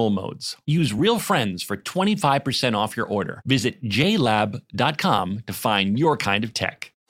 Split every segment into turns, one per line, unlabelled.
modes. Use Real Friends for 25% off your order. Visit jlab.com to find your kind of tech.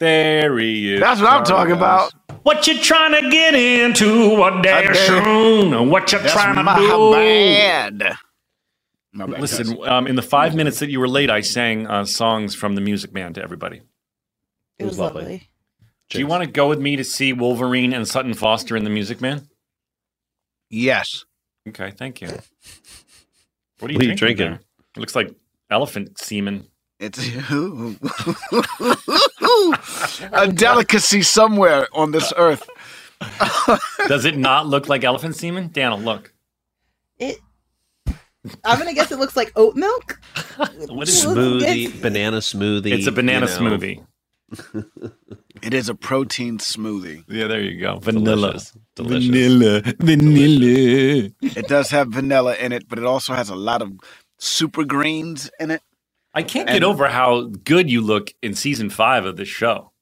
There he is.
That's what I'm
Sorry,
talking
guys.
about.
What you trying to get into? What
dare soon?
What you
That's my bad. My bad. guys.
Listen, um, in the five minutes that you were late, I sang uh, songs from The Music Man to everybody.
It was lovely.
Do you want to go with me to see Wolverine and Sutton Foster in The Music Man?
yes.
Okay, thank you. What are
What are you drinking?
there? It looks like elephant semen.
It's a delicacy somewhere on this earth.
Does it not look like elephant semen? Daniel, look.
It. I'm gonna guess it looks like oat milk.
What is
Smooth.
Smoothie, banana smoothie.
It's a banana
you know.
smoothie.
It is a protein smoothie.
Yeah, there you go. Vanilla.
Delicious. Delicious.
Vanilla.
It does have vanilla in it, but it also has a lot of super greens in it.
I can't
And-
get over how good you look in season five of this show.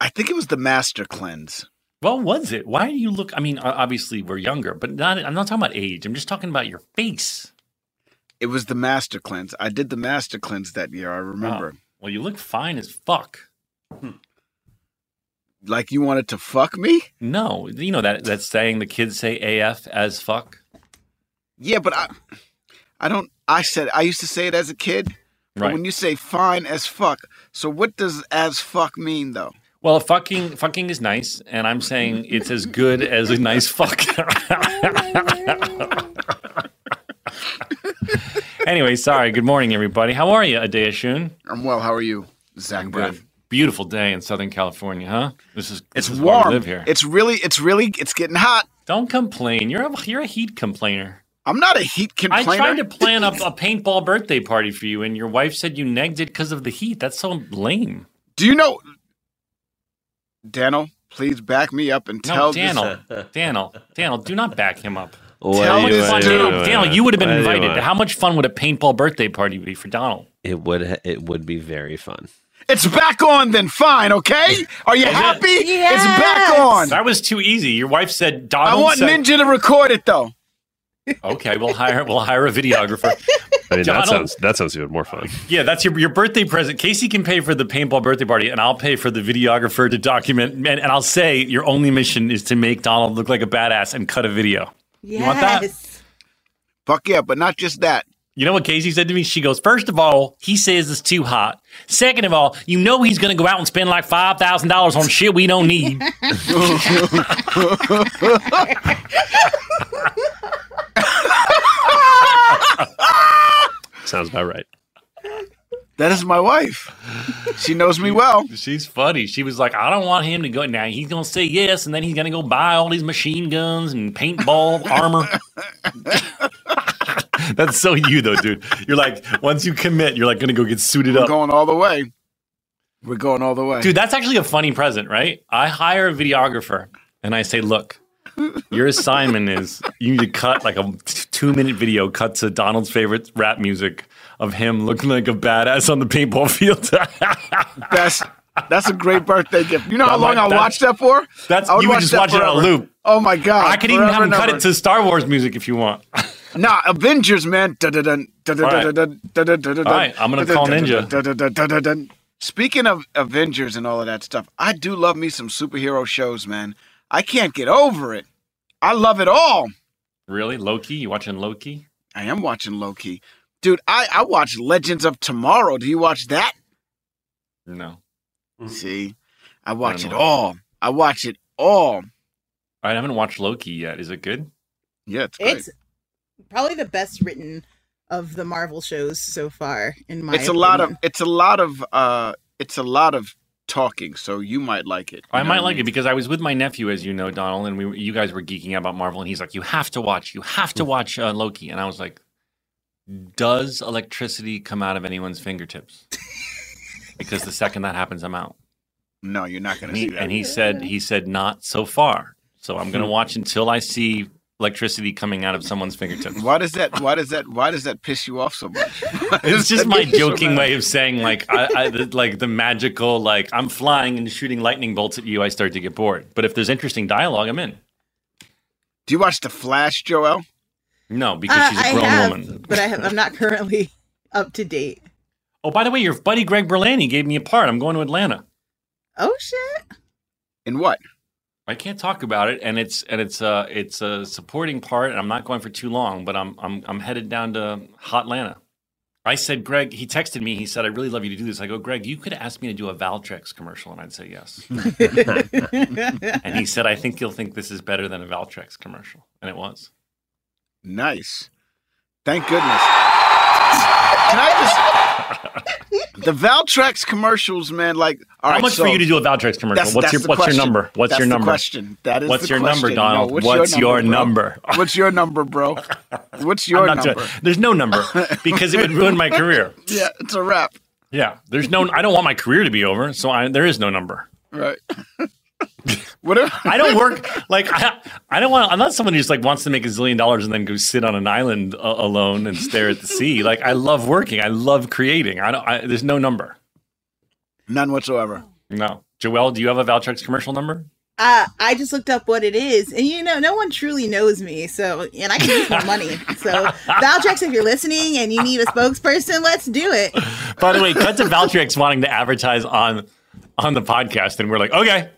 I think it was the Master Cleanse.
Well, was it? Why do you look? I mean, o- obviously we're younger, but not. I'm not talking about age. I'm just talking about your face.
It was the Master Cleanse. I did the Master Cleanse that year. I remember.
Oh, well, you look fine as fuck.
Like you wanted to fuck me?
No, you know that that saying the kids say AF as fuck.
Yeah, but I, I don't. I said I used to say it as a kid. But
Right.
when you say fine as fuck, so what does as fuck mean though?
Well, fucking fucking is nice, and I'm saying it's as good as a nice fuck. anyway, sorry. Good morning, everybody. How are you, Adayashun?
I'm well. How are you, Zach? Brown?
Beautiful day in Southern California, huh? This is
It's
this is why we
warm.
Live here.
It's really, it's really, it's getting hot.
Don't complain. You're a you're a heat complainer.
I'm not a heat complainer.
I tried to plan a, a paintball birthday party for you, and your wife said you negged it because of the heat. That's so lame.
Do you know, Daniel? Please back me up and
No,
tell
Daniel, Daniel, Daniel, do not back him up.
What
Tell
do you
this
want?
dude-
What do
Daniel,
want?
Daniel, you would have been
What do you
invited.
want?
How much fun would a paintball birthday party be for Donald?
It would. ha- It would be very fun.
me. It's back on. Then fine. Okay. Are you happy? It's back on.
That was too easy. Your wife said
I
Donald.
want
said,
Ninja to record it though.
Okay, we'll hire we'll hire a videographer.
I mean,
Donald-
that sounds that sounds even more fun.
Yeah, that's your your birthday present. Casey can pay for the paintball birthday party, and I'll pay for the videographer to document. And, and I'll say your only mission is to make Donald look like a badass and cut a video.
Yes.
want that?
Fuck yeah, but not just that.
You know what Casey said to me? She goes, First of all, he says it's too hot. Second of all, you know he's going to go out and spend like $5,000 on shit we don't need.
Sounds about right.
That is my wife. She knows me well.
She's funny. She was like, I don't want him to go. Now he's going to say yes, and then he's going to go buy all these machine guns and paintball armor. That's so you, though, dude. You're like, once you commit, you're like going to go get suited
We're
up.
going all the way. We're going all the way.
Dude, that's actually a funny present, right? I hire a videographer and I say, look, your assignment is you need to cut like a two minute video cut to Donald's favorite rap music of him looking like a badass on the paintball field.
That's that's a great birthday gift. You know how
That
long
might-
I
that-
watched that for?
that's-
I would
you would just
that
watch it on
forever.
loop.
Oh my god!
I could even
forever
have him
and
cut
ever.
it to Star Wars music if you want.
Nah, Avengers, man. Dun-dun-dun, dun-dun-dun,
Alright.
dun-dun-dun, dun-dun-dun,
Alright, I'm gonna call Ninja.
dun-dun-dun, dun-dun-dun. Speaking of Avengers and all of that stuff, I do love me some superhero shows, man. I can't get over it. I love it all.
Really? Loki? You watching Loki?
I am watching Loki. Dude, I, I watch Legends of Tomorrow. Do you watch that?
No.
See, Mm-hmm. I watch
don't
it
know.
all. I watch it all.
All right, I haven't watched Loki yet. Is it good?
Yeah, it's great.
It's probably the best written of the Marvel shows so far, in my
it's a lot of
opinion.
it's a lot of uh it's a lot of talking so you might like it
I might like it because I was with my nephew, as you know, Donald, and we you guys were geeking out about Marvel, and he's like, "You have to watch, you have to watch uh, Loki," and I was like, "Does electricity come out of anyone's fingertips?" because the second that happens, I'm out.
no you're not gonna
And
see
he,
that Hmm.
and he said, "He said not so far." So I'm gonna watch until I see electricity coming out of someone's fingertips.
why does that why does that why does that piss you off so much Why does
It's just
that
my
piss you so
joking
much?
way of saying like I, I the, like the magical like I'm flying and shooting lightning bolts at you. I start to get bored. But if there's interesting dialogue, I'm in.
do you watch the flash joel
No, because she's
Uh,
a grown
I have,
woman.
but I have, I'm not currently up to date.
Oh, by the way, your buddy Greg Berlanti gave me a part. I'm going to Atlanta.
Oh shit!
in what
I can't talk about it, and it's and it's uh it's a supporting part, and I'm not going for too long. But I'm I'm I'm headed down to Hot Atlanta. I said, Greg. He texted me. He said, "I really love you to do this." I go, Greg, you could ask me to do a Valtrex commercial, and I'd say yes. and he said, "I think you'll think this is better than a Valtrex commercial," and it was.
nice thank goodness can i just the valtrex commercials man like all right
How much
so
for you to do a Valtrex commercial?
that's,
what's
that's
your
the
What's
question.
your number? What's
That's
your
the
number?
question that is
What's
the
your number,
question. No,
Donald?
what's,
What's
your
your
number,
number?
bro? what's your number bro what's your
I'm not
number
doing- there's no number because it would ruin my career.
Yeah, it's a wrap.
Yeah, there's no. I don't want my career to be over, so I, there is no number.
Right. Whatever.
I don't work like I, I don't want. I'm not someone who just like wants to make a zillion dollars and then go sit on an island a- alone and stare at the sea. Like I love working. I love creating. I don't. I, there's no number.
None whatsoever.
No, Joelle, do you have a Valtrex commercial number?
Uh, I just looked up what it is, and you know, no one truly knows me. So, and I can use my money. So, Valtrex, if you're listening and you need a spokesperson, let's do it.
By the way, cut to Valtrex wanting to advertise on on the podcast, and we're like, okay,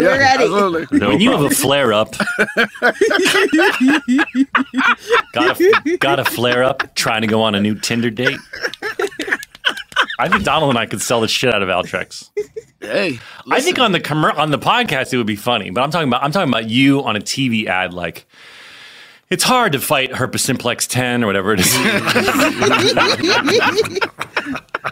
Yeah,
ready.
absolutely.
No
when you have
problem.
a flare up, got a got a flare up, trying to go on a new Tinder date. I think Donald and I could sell the shit out of Valtrex.
Hey,
I think on the commer- on the podcast it would be funny, but I'm talking about I'm talking about you on a TV ad like it's hard to fight herpes simplex 10 or whatever it is.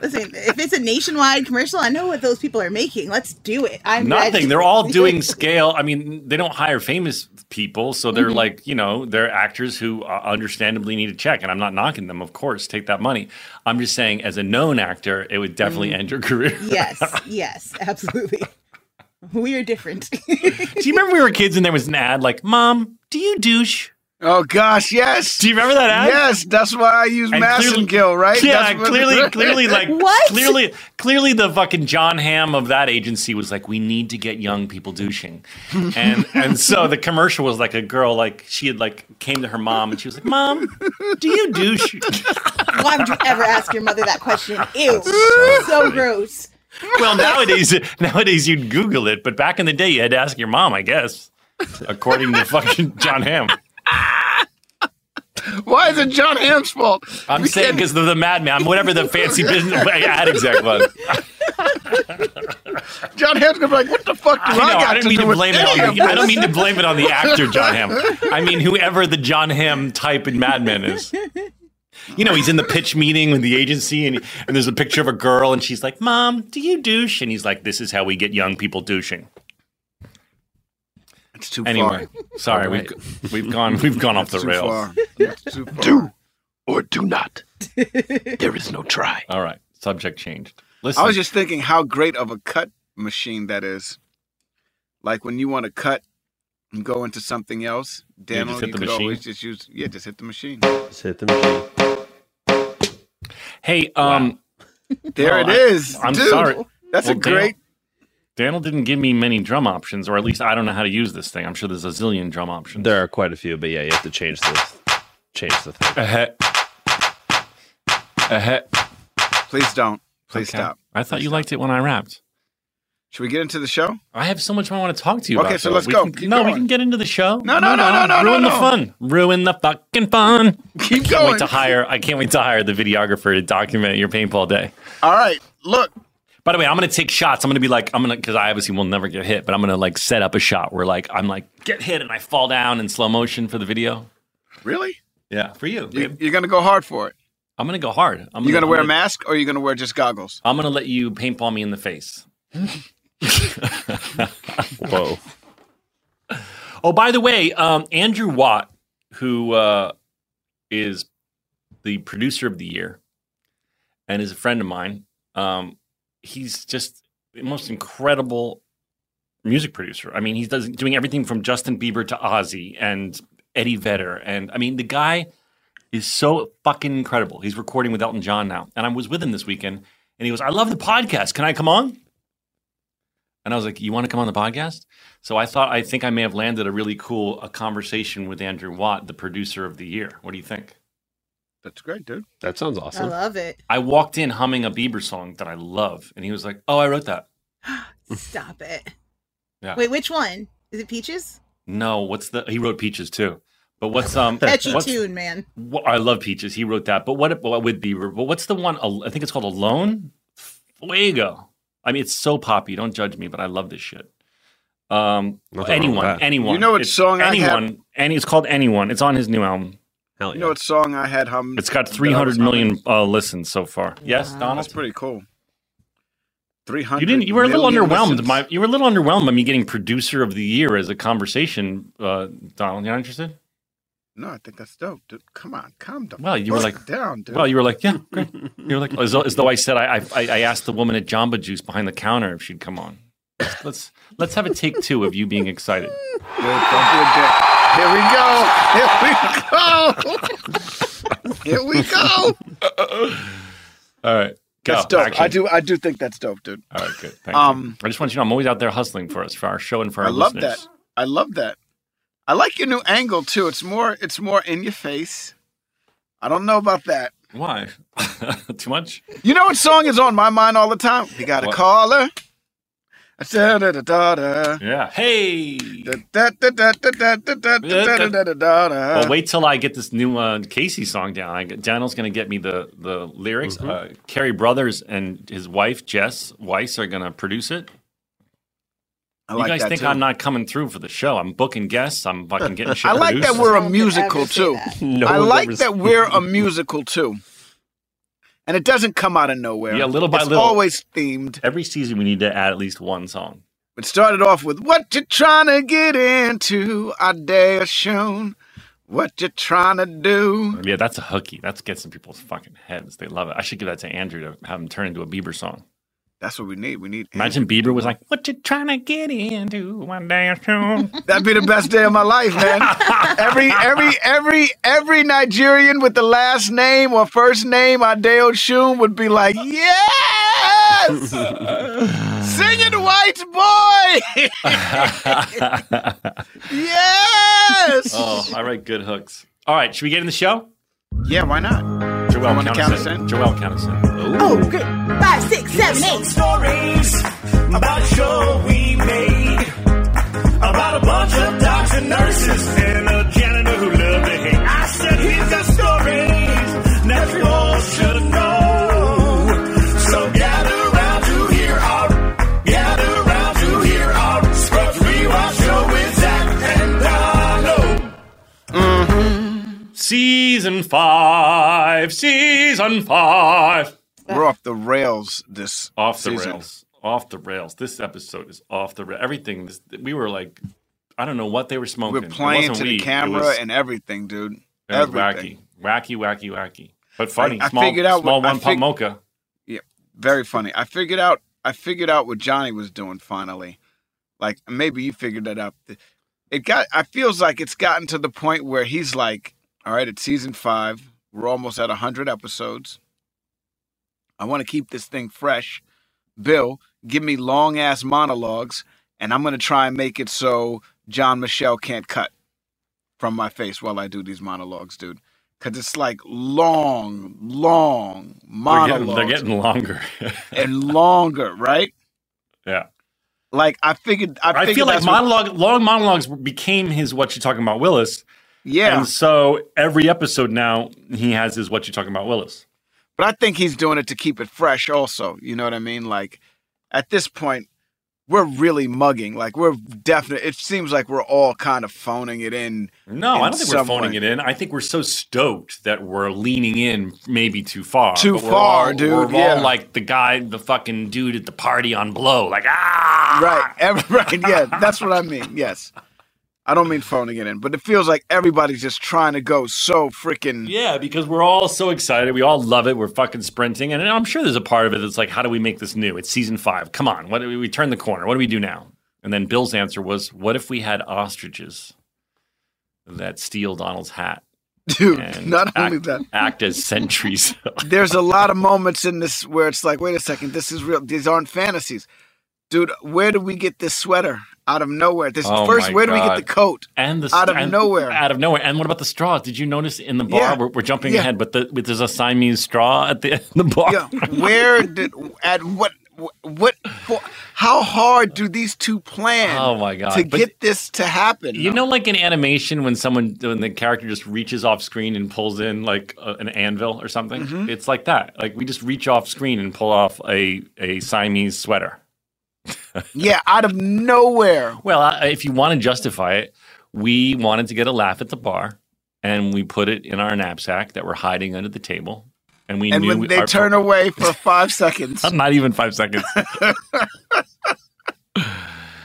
Listen, if it's a nationwide commercial, I know what those people are making. Let's do it. I'm
Nothing.
ready.
They're all doing scale. I mean, they don't hire famous people, so they're like, you know, they're actors who uh, understandably need a check. And I'm not knocking them, of course, take that money. I'm just saying, as a known actor, it would definitely end your career.
yes, yes, absolutely. We are different.
do you remember we were kids and there was an ad like, "Mom, do you douche?"
Oh gosh, yes.
Do you remember that ad?
yes, that's why I use
And
Mass
clearly-
and Gill, right?
Yeah,
That's what-
clearly, clearly, like
What?
Clearly, clearly, the fucking John Hamm of that agency was like, we need to get young people douching, and and so the commercial was like a girl, like she had like came to her mom and she was like, mom, do you douche?
Why would you ever ask your mother that question? Ew, so gross.
well, nowadays, nowadays you'd Google it, but back in the day, you had to ask your mom, I guess, according to fucking John Hamm.
Why is it John Hamm's fault?
I'm
We
saying
can't-
because of the madman. I'm whatever the fancy business ad exec was.
John Ham's gonna be like, what the fuck do I,
I know.
got
I don't
to
mean
do
to
with
blame it
any
on
of
the, I don't
this?"
mean to blame it on the actor John Hamm. I mean whoever the John Hamm type in Mad Men is. You know, he's in the pitch meeting with the agency, and, and there's a picture of a girl, and she's like, "Mom, do you douche?" And he's like, "This is how we get young people douching."
It's too
Anyway, sorry,
All right.
we've we've gone we've gone off the
Too
rails.
far. That's too far.
Do or do not. there is no try.
All right, subject changed. Listen,
I was just thinking how great of a cut machine that is. Like when you want to cut and go into something else,
just
Daniel,
hit
you,
the
could
machine?
always just use yeah, just hit the machine.
Just hit the machine.
hey, um,
There
Oh,
it
I-
is.
I'm
Dude,
sorry. Oh,
That's
Well,
a
Daniel-
great.
Daniel didn't give me many drum options, or at least I don't know how to use this thing. I'm sure there's a zillion drum options.
There are quite a few, but yeah, you have to change the change the thing.
Uh-huh. Uh-huh.
Please don't. Please
Okay.
stop.
I thought you liked it when I rapped.
Should we get into the show?
I have so much I want to talk to you
Okay,
about.
so
though.
let's
We
go.
can-
Keep
no, we
going.
can get into the show.
No, no, no, no, no,
Ruin
no,
the
no.
fun. Ruin the fucking fun.
Keep
Can't
going.
wait to hire. I can't wait to hire the videographer to document your paintball day.
All right. Look,
By the way, I'm gonna take shots. I'm gonna be like, I'm gonna because I obviously will never get hit, but I'm gonna like set up a shot where like I'm like get hit and I fall down in slow motion for the video.
really?
Yeah, for you. babe.
You, you're gonna go hard for it.
I'm gonna go hard. I'm
You're gonna
I'm
wear a mask or you're gonna wear just goggles.
I'm gonna let you paintball me in the face.
Whoa.
Oh, by the way, um, Andrew Watt, who uh, is the producer of the year and is a friend of mine, um, he's just the most incredible music producer. I mean, he's does, doing everything from Justin Bieber to Ozzy and Eddie Vedder. And I mean, the guy is so fucking incredible. He's recording with Elton John now. And I was with him this weekend and he goes, I love the podcast. Can I come on? And I was like, You want to come on the podcast? So I thought, I think I may have landed a really cool a conversation with Andrew Watt, the producer of the year. What do you think?
That's great, dude.
That sounds
I
awesome.
love it.
I walked in humming a Bieber song that I love. And he was like, Oh, I wrote that.
Stop it.
Yeah.
Wait, which one? Is it Peaches?
No, what's the, he wrote Peaches too. But what's, um,
Catchy
what's,
tune, man.
Wh- I love Peaches. He wrote that. But what well, with Bieber? But what's the one? Al- I think it's called Alone. Fuego. I mean, it's so poppy. Don't judge me, but I love this shit. Um,
Nothing wrong with
anyone,
that.
anyone.
You know what
It's
song I have-
Anyone. Any. It's called Anyone. It's on his new album.
Hell
You
yeah.
know what song I had hum?
It's got
that I was
300 million
humming?
uh, listens so far. Yes,
Wow.
That's
Donald.
pretty cool. Three hundred.
You didn't. You were a little
million
underwhelmed.
listens.
My, you were a little underwhelmed by me getting producer of the year as a conversation. Uh, Donald, you're not interested?
No, I think that's dope, dude. Come on, calm down.
Well, you were like-
down, dude.
Well, you were like, yeah, great. You were like, as though, as though I said, I, I I asked the woman at Jamba Juice behind the counter if she'd come on. Let's let's have a take two of you being excited.
Dude, don't be a dick. Here we go. Here we go. Here we go.
All right, go.
That's dope.
Action.
I do. I do think that's dope, dude.
All right, good. Thank
Um,
you. I just want you to know I'm always out there hustling for us, for our show, and for our
I love
listeners.
that. I love that. I like your new angle too. It's more. It's more in your face. I don't know about that.
Why? Too much?
You know what song is on my mind all the time? You got a
What?
caller. I said da da da da.
Yeah. Hey.
Da da da da da da da da da da da da da
Well,
da.
wait till I get this new uh, Casey song down. I, Daniel's going to get me the the lyrics.
Mm-hmm.
Uh, Carrie Brothers and his wife Jess Weiss are going to produce it.
I
you
like
guys
that
think
too.
I'm not coming through for the show? I'm booking guests. I'm fucking getting shit.
I like that
produced.
we're
Don't
a
ever
musical
say
too.
that.
No
I
one's
like
ever-
that we're a musical too. And it doesn't come out of nowhere.
Yeah, little by
it's
little.
always themed.
Every season we need to add at least one song.
It started off with what you trying to get into, I dare shown. What you trying to do.
Yeah, that's a hooky. That's gets in people's fucking heads. They love it. I should give that to Andrew to have him turn into a Bieber song.
That's what we need. We need
Imagine Bieber was like, "What you trying to get into one day soon?"
That'd be the best day of my life, man. every every every every Nigerian with the last name or first name Adeo Shun would be like, yes, sing it, white boy, yes.
oh, I write good hooks. All right, should we get in the show?
Yeah, why not?
Joel
Someone to count us
Counterson.
in?
Joel Counterson.
Oh, great. Five, six, seven,
Some
eight.
stories about a show we made. About a bunch of doctors and nurses and a janitor who loved to hate. I said he's got
Season five. Season five.
We're off the rails this
Off the
season.
rails. Off the rails. This episode is off the rails. Everything. This, we were like, I don't know what they were
We're
smoking. It
playing
wasn't
to
weed.
the
It
camera
was-
and everything, dude.
it was
Everything.
wacky, wacky, wacky, wacky. But funny.
I
small,
figured out
small
what- I
one pump
fig-
mocha.
Very funny. I figured out I figured out what Johnny was doing finally. Like maybe you figured that out. It got I feels like it's gotten to the point where he's like, all right, it's season five. We're almost at hundred episodes. I want to keep this thing fresh. Bill, give me long ass monologues, and I'm gonna try and make it so John Michelle can't cut from my face while I do these monologues, dude. Cause it's like long, long
They're
monologues
getting, they're getting longer.
and longer, right?
yeah.
Like I figured, I,
I
figured
feel like
that's what-
monologue, long monologues became his "What You Talking About, Willis,"
yeah,
and so every episode now he has his "What You Talking About, Willis."
but I think he's doing it to keep it fresh. Also, you know what I mean? Like at this point, we're really mugging. Like we're definitely. It seems like we're all kind of phoning it in.
No,
In
I don't think we're
some
phoning
way.
it in. I think we're so stoked that we're leaning in, maybe too far.
Too
but we're
far,
all-
dude,
We're
yeah.
all like the guy, the fucking dude at the party on blow, like ah,
Right, every, right, yeah. That's what I mean. Yes, I don't mean phoning it in, but it feels like everybody's just trying to go so freaking.
Yeah, because we're all so excited. We all love it. We're fucking sprinting, and I'm sure there's a part of it that's like, how do we make this new? It's season five. Come on, what do we, we turn the corner? What do we do now? And then Bill's answer was, "What if we had ostriches that steal Donald's hat
Dude,
and
not
act,
only that,
act as sentries?"
there's a lot of moments in this where it's like, wait a second, this is real. These aren't fantasies, dude. Where do we get this sweater out of nowhere? This
Oh
first,
my
where do we get
God.
the coat?
and the
Out of
and-
nowhere.
out of nowhere. And what about the straws? Did you notice in the bar?
Yeah.
We're, we're jumping
Yeah.
ahead, but the, but there's a Siamese straw at the the bar.
Yeah, where did at what what for, how hard do these two plan?
Oh my God,
to
but-
get this to happen?
You know, like in animation, when someone, when the character just reaches off screen and pulls in like a, an anvil or something,
Mm-hmm.
it's like that. Like we just reach off screen and pull off a, a Siamese sweater.
yeah, out of nowhere.
Well, I, if you want to justify it, we wanted to get a laugh at the bar, and we put it in our knapsack that we're hiding under the table, and we
And
knew
when they
our-
turn away for five seconds,
not even five seconds.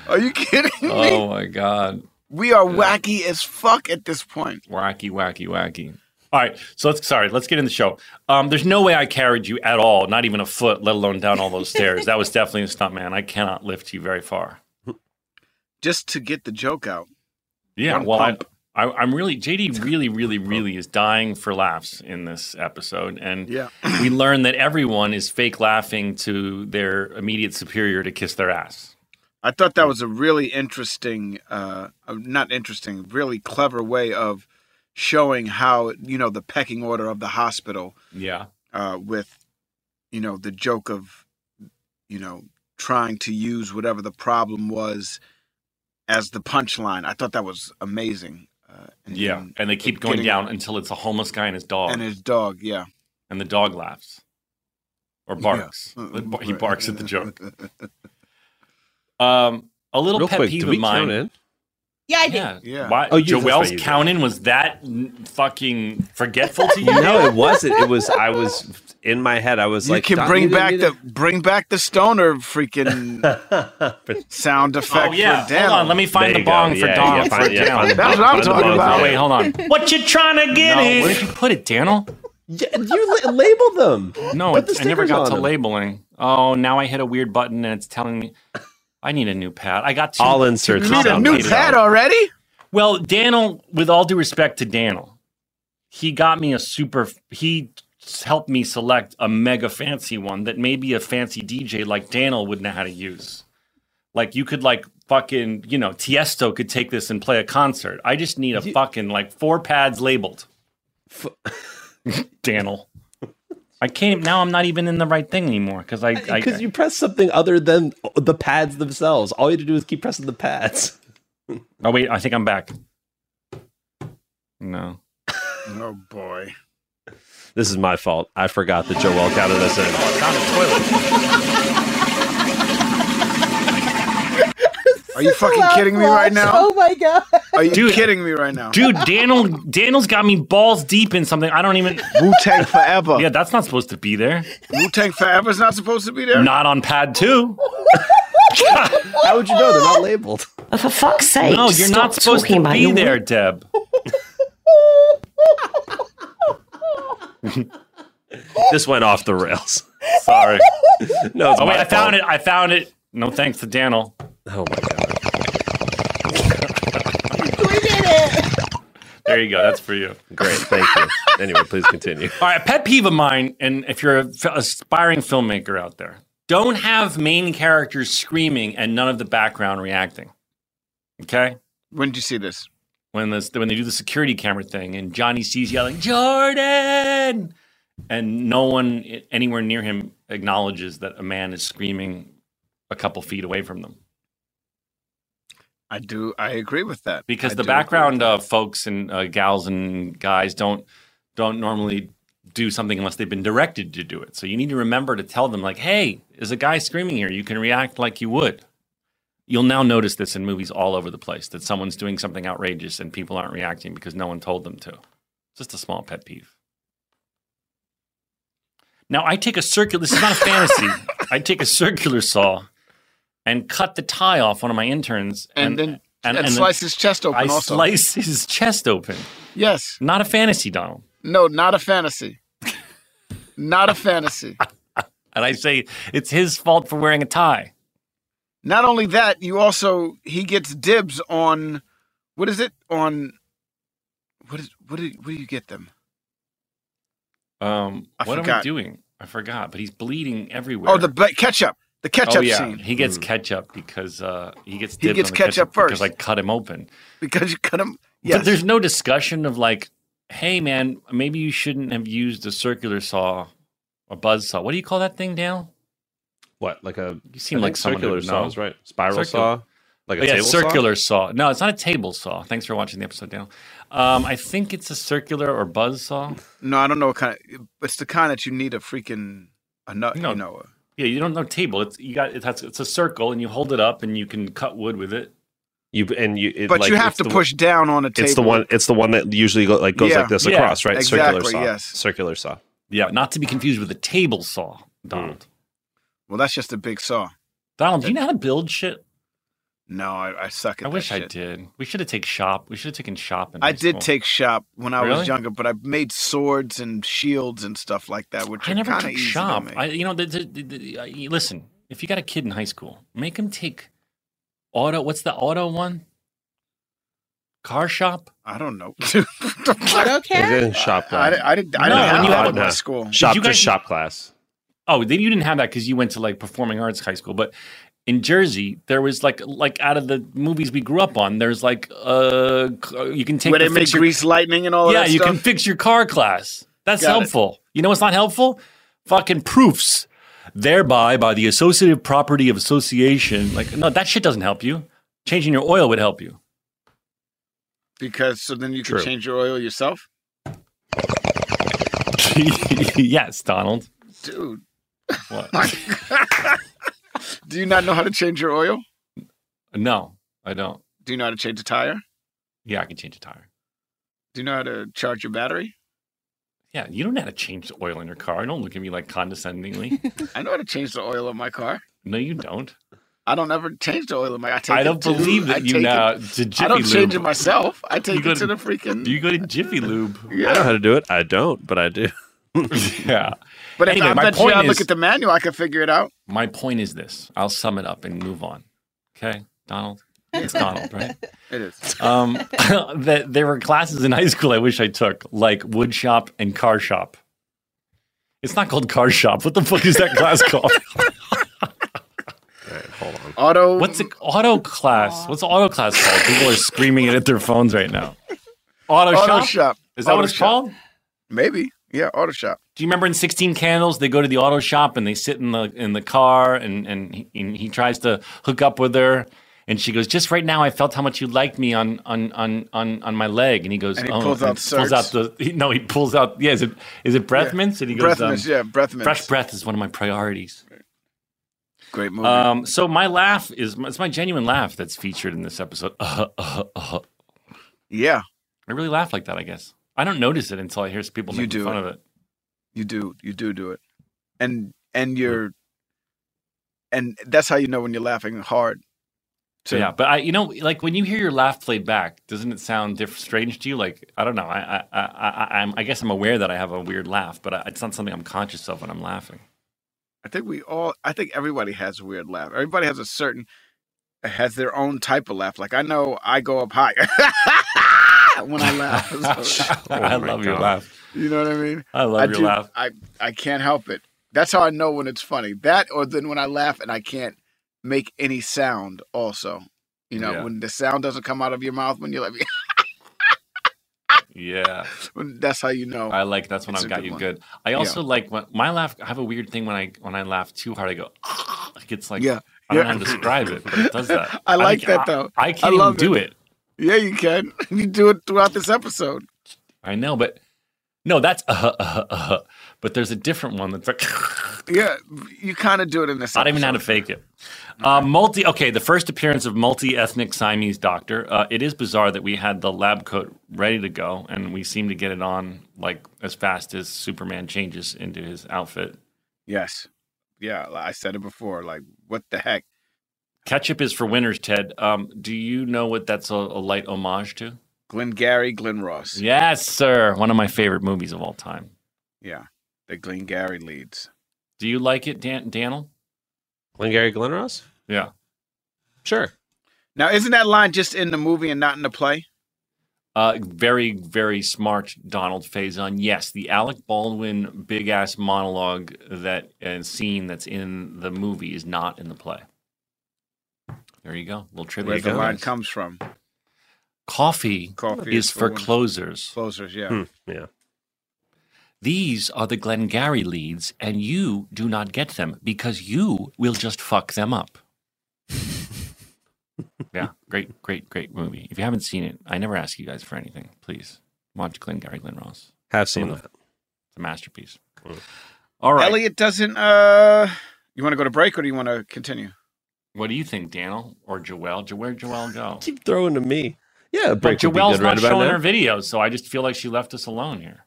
are you kidding me?
oh my god.
we are wacky as fuck at this point.
Wacky, wacky, wacky. All right, so let's sorry, let's get in the show. Um, there's no way I carried you at all, not even a foot, let alone down all those stairs. That was definitely a stunt, man. I cannot lift you very far.
Just to get the joke out.
Yeah,
One
well, I,
pump.
I, I'm really JD really, really, really is dying for laughs in this episode, and
Yeah.
we learn that everyone is fake laughing to their immediate superior to kiss their ass.
I thought that was a really interesting, uh, uh, not interesting, really clever way of showing how you know the pecking order of the hospital
Yeah,
uh, with, you know, the joke of, you know, trying to use whatever the problem was as the punchline. I thought that was amazing. Uh, and,
yeah,
and,
and they keep going
Getting-
down until it's a homeless guy and his dog.
and his dog, yeah,
and the dog laughs or barks.
Yeah.
The bar- He barks at the joke. Um, a little
Real
pet
quick,
peeve
did
of
we
mine.
count in?
Yeah, I did.
Yeah,
Yeah.
Why,
Oh,
oh,
you- that's
Joel's
right, you did.
counting was that n- fucking forgetful to you?
No, it wasn't. It was. I was in my head. I was
You
like,
can
"Don,
bring
you didn't
back
need
the bring back the stoner freaking sound effect
Oh yeah,
for Dan.
hold on. Let me find
There
the
you go.
bong for
Yeah,
Donald.
yeah,
for
find- yeah,
Daniel.
find the
That's what I'm
find the
talking
bong.
about.
Oh wait, hold on. What you trying to get is where did you put it, Daniel?
Yeah, you la- label them.
No,
Put the
it's, I never
stickers
got
on
to
them.
labeling. Oh, now I hit a weird button and it's telling me I need a new pad. I got two.
I'll insert
You need a new
complicated.
pad already?
Well, Daniel, with all due respect to Daniel, he got me a super. He helped me select a mega fancy one that maybe a fancy DJ like Daniel would know how to use. Like you could like fucking you know Tiesto could take this and play a concert. I just need a fucking like four pads labeled. Daniel, I can't now. I'm not even in the right thing anymore because I
Because
I,
you press something other than the pads themselves. All you had to do is keep pressing the pads.
oh wait I think I'm back. No.
Oh boy.
This is my fault. I forgot that Joel counted us in.
Found a toilet.
Are you fucking kidding me right now?
Oh my god.
Are you
Dude.
kidding me right now?
Dude, Daniel Daniel's got me balls deep in something. I don't even
Wu Tang Forever.
Yeah, that's not supposed to be there.
Wu Tang Forever is not supposed to be there.
Not on pad 2.
How would you know they're not labeled?
Oh, for fuck's sake.
No, you're
stop
not supposed
talking
to
about
be
your
there, Deb.
This went off the rails. Sorry. No, it's
Oh wait,
my
I
fault.
found it. I found it. No thanks to Daniel.
Oh my god.
We did it.
There you go. That's for you.
Great. Thank you. Anyway, please continue.
All right, a pet peeve of mine, and if you're an aspiring filmmaker out there, don't have main characters screaming and none of the background reacting. Okay,
When did you see this?
when this when they do the security camera thing and Johnny sees yelling Jordan, and no one i- anywhere near him acknowledges that a man is screaming a couple feet away from them
I do. I agree with that
because
I
the
do agree with
background
that.
uh, folks and uh, gals and guys don't don't normally do something unless they've been directed to do it. So you need to remember to tell them like, "Hey, there's a guy screaming here. You can react like you would." You'll now notice this in movies all over the place that someone's doing something outrageous and people aren't reacting because no one told them to. Just a small pet peeve. Now I take a circular. This is not a fantasy. I take a circular saw and cut the tie off one of my interns,
and, then and, slice his chest open.
I
also,
slice his chest open.
yes,
Not a fantasy, Donald.
no, not a fantasy, not a fantasy.
And I say it's his fault for wearing a tie.
Not only that, you also he gets dibs on what is it on what is what do what do you get them?
Um,
I
what am I
forgot.
doing? I forgot, but he's bleeding everywhere.
Oh, the ble- ketchup, the ketchup
Oh, yeah.
scene
He gets ketchup because uh, he gets
He
dipped
gets
on the
ketchup first.
because I cut him open.
because you cut him.
But
Yes,
there's no discussion of like, hey man, maybe you shouldn't have used a circular saw, a buzz saw. What do you call that thing, Dale?
What? Like a
You seem
I
like
think
someone who
circular
would know.
saws, right? Spiral
Circular.
saw, like a
Oh, yeah,
table
circular saw? No, it's not a table saw. Thanks for watching the episode, Daniel. Um, I think it's a circular or buzz saw.
no, I don't know what kind. Of, it's the kind that you need a freaking a nut.
No.
You know,
Yeah, you don't know table. It's you got it has, it's a circle, and you hold it up, and you can cut wood with it.
You and you. It,
but
like,
you have
it's
to
the-
push down on a table.
It's the one. It's the one that usually go, like goes
Yeah.
like this
Yeah,
across, right?
exactly,
circular saw.
yes.
Circular saw.
Yeah, not to be confused with a table saw, Donald.
Well, that's just a big saw.
Donald, do you know how to build shit?
No, I, I suck at.
I
that
wish I
shit.
did. We should have taken shop. We should have taken shop. In
I
high
did
school.
take shop when I
Really?
was younger, but I made swords and shields and stuff like that, which
I
are
never
kinda
took
easy to
shop.
make.
I, you know, the, the, the, the, I- listen. If you got a kid in high school, make him take auto. What's the auto one? Car shop.
I don't know.
Auto
It
care?
didn't shop.
I,
class.
di- I didn't. I
No,
didn't
when
have
you
that
had
in my
to-
school.
shop.
you guys-
just shop class.
Oh, then you didn't have that because you went to like performing arts high school. But in Jersey, there was like like out of the movies we grew up on, there's like uh c- you can take
Where
the
they make
fix your-
grease lightning and all
yeah
that
you
stuff.
can fix your car class. That's
Got it.
helpful. You know what's not helpful? Fucking proofs. Thereby, by the associative property of association, like no, that shit doesn't help you. Changing your oil would help you.
because so then you can
True.
change your oil yourself,
yes, Donald.
dude.
What?
Do you not know how to change your oil?
no, I don't.
Do you know how to change a tire?
Yeah, I can change a tire.
Do you know how to charge your battery?
Yeah, you don't know how to change the oil in your car. Don't look at me like condescendingly.
I know how to change the oil of my car.
no, you don't.
I don't ever change the oil of my. I, take
I
it
don't
to-
believe
I
that you
take
now
it-
to Jiffy
I don't
Lube.
change it myself. I take
go
it to
to-
the freaking.
Do you go to Jiffy Lube?
I know
yeah,
how to do it. I don't, but I do.
yeah.
but if
Anyway,
I
my
bet you,
point
I
is-
look at the manual, I can figure it out.
My point is this. I'll sum it up and move on. Okay, Donald. It's Donald, right?
It is.
Um, that there were classes in high school I wish I took, like wood shop and car shop. It's not called car shop. What the fuck is that class called?
Auto.
What's it? Auto class. What's auto class called? People are screaming it at their phones right now. Auto,
Auto
shop?
shop.
Is that
Auto
what it's
shop.
called?
Maybe. Yeah, auto shop.
Do you remember in Sixteen Candles they go to the auto shop and they sit in the in the car and and he, and he tries to hook up with her and she goes just right now I felt how much you liked me on on on on, on my leg and he goes
And he
oh
pulls
and
out
pulls out
Cirque's.
the he, no he pulls out yeah is it is it breath mints and he goes
Breath mints,
um,
yeah, breath mints.
fresh breath is one of my priorities
Great movie.
Um, so my laugh is it's my genuine laugh that's featured in this episode.
yeah,
I really laugh like that. I guess I don't notice it until I hear people
You
making
do
fun
it.
of it.
you do. You do do it, and and you're, and that's how you know when you're laughing hard.
So yeah, but I, you know, like when you hear your laugh played back, doesn't it sound diff- strange to you? Like I don't know. I I I, I, I'm, I guess I'm aware that I have a weird laugh, but I, it's not something I'm conscious of when I'm laughing.
I think we all. I think everybody has a weird laugh. Everybody has a certain uh, has their own type of laugh. Like I know I go up higher when I laugh. So,
I love your laugh.
you know what I mean?
I love
Oh I
your
do-
laugh.
I I can't help it. That's how I know when it's funny. That or then when I laugh and I can't make any sound. Also, you know
Yeah.
when the sound doesn't come out of your mouth when you're like,
Yeah.
when- that's how you know.
I like that's when
It's
I've
a
got
good
you
one.
good. I also like when my laugh. I have a weird thing when I when I laugh too hard. I go. Like it's like
Yeah.
I don't
Yeah.
know how to describe it, but it does that.
I like
think-
that, though.
I, I
I
can't even
love
do it.
yeah, you can. You do it throughout this episode.
I know, but no, that's uh, uh, uh, but there's a different one that's like
Yeah, you kind of do it in this.
I don't even know how to fake it. Uh, multi. Okay, the first appearance of multi-ethnic Siamese doctor. Uh, it is bizarre that we had the lab coat ready to go, and we seem to get it on like as fast as Superman changes into his outfit.
Yes. Yeah, like I said it before. Like, what the heck?
Ketchup is for winners, Ted. Um, do you know what that's a, a light homage to?
Glenn Gary, Glenn Ross.
Yes, sir. One of my favorite movies of all time.
Yeah. The Glenn Gary leads.
Do you like it, Dan- Daniel?
Glengarry Glen Ross?
Yeah.
Sure.
Now, isn't that line just in the movie and not in the play?
Uh, very, very smart Donald Faison. Yes, the Alec Baldwin big ass monologue that uh, scene that's in the movie is not in the play. There you go. little trivia.
Where the
for
line
guys.
comes from.
Coffee,
Coffee
is for
when-
closers.
Closers, yeah.
Hmm, yeah.
These are the Glengarry leads, and you do not get them because you will just fuck them up. yeah, great, great, great movie. If you haven't seen it, I never ask you guys for anything. Please watch Glengarry Glen Ross.
Have seen that.
It's a masterpiece. All right.
Elliot doesn't. uh You want to go to break or do you want to continue?
What do you think, Daniel or Joelle? Jo- Where'd Joelle go?
Keep throwing to me. Yeah,
But
break would be
Joelle's
good
not
right about
showing
now.
her videos, so I just feel like she left us alone here.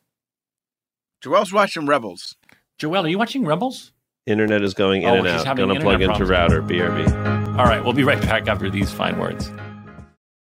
Joel's watching Rebels.
Joelle, are you watching Rebels?
Internet is going in
Oh,
and
she's
out.
having
Gonna
internet
plug into
problems.
router. BRB.
All right, we'll be right back after these fine words.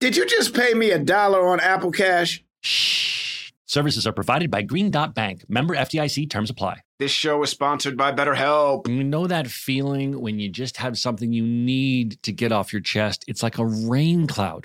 Did you just pay me a dollar on Apple Cash?
Shh. Services are provided by Green Dot Bank. Member FDIC terms apply.
This show is sponsored by BetterHelp.
You know that feeling when you just have something you need to get off your chest? It's like a rain cloud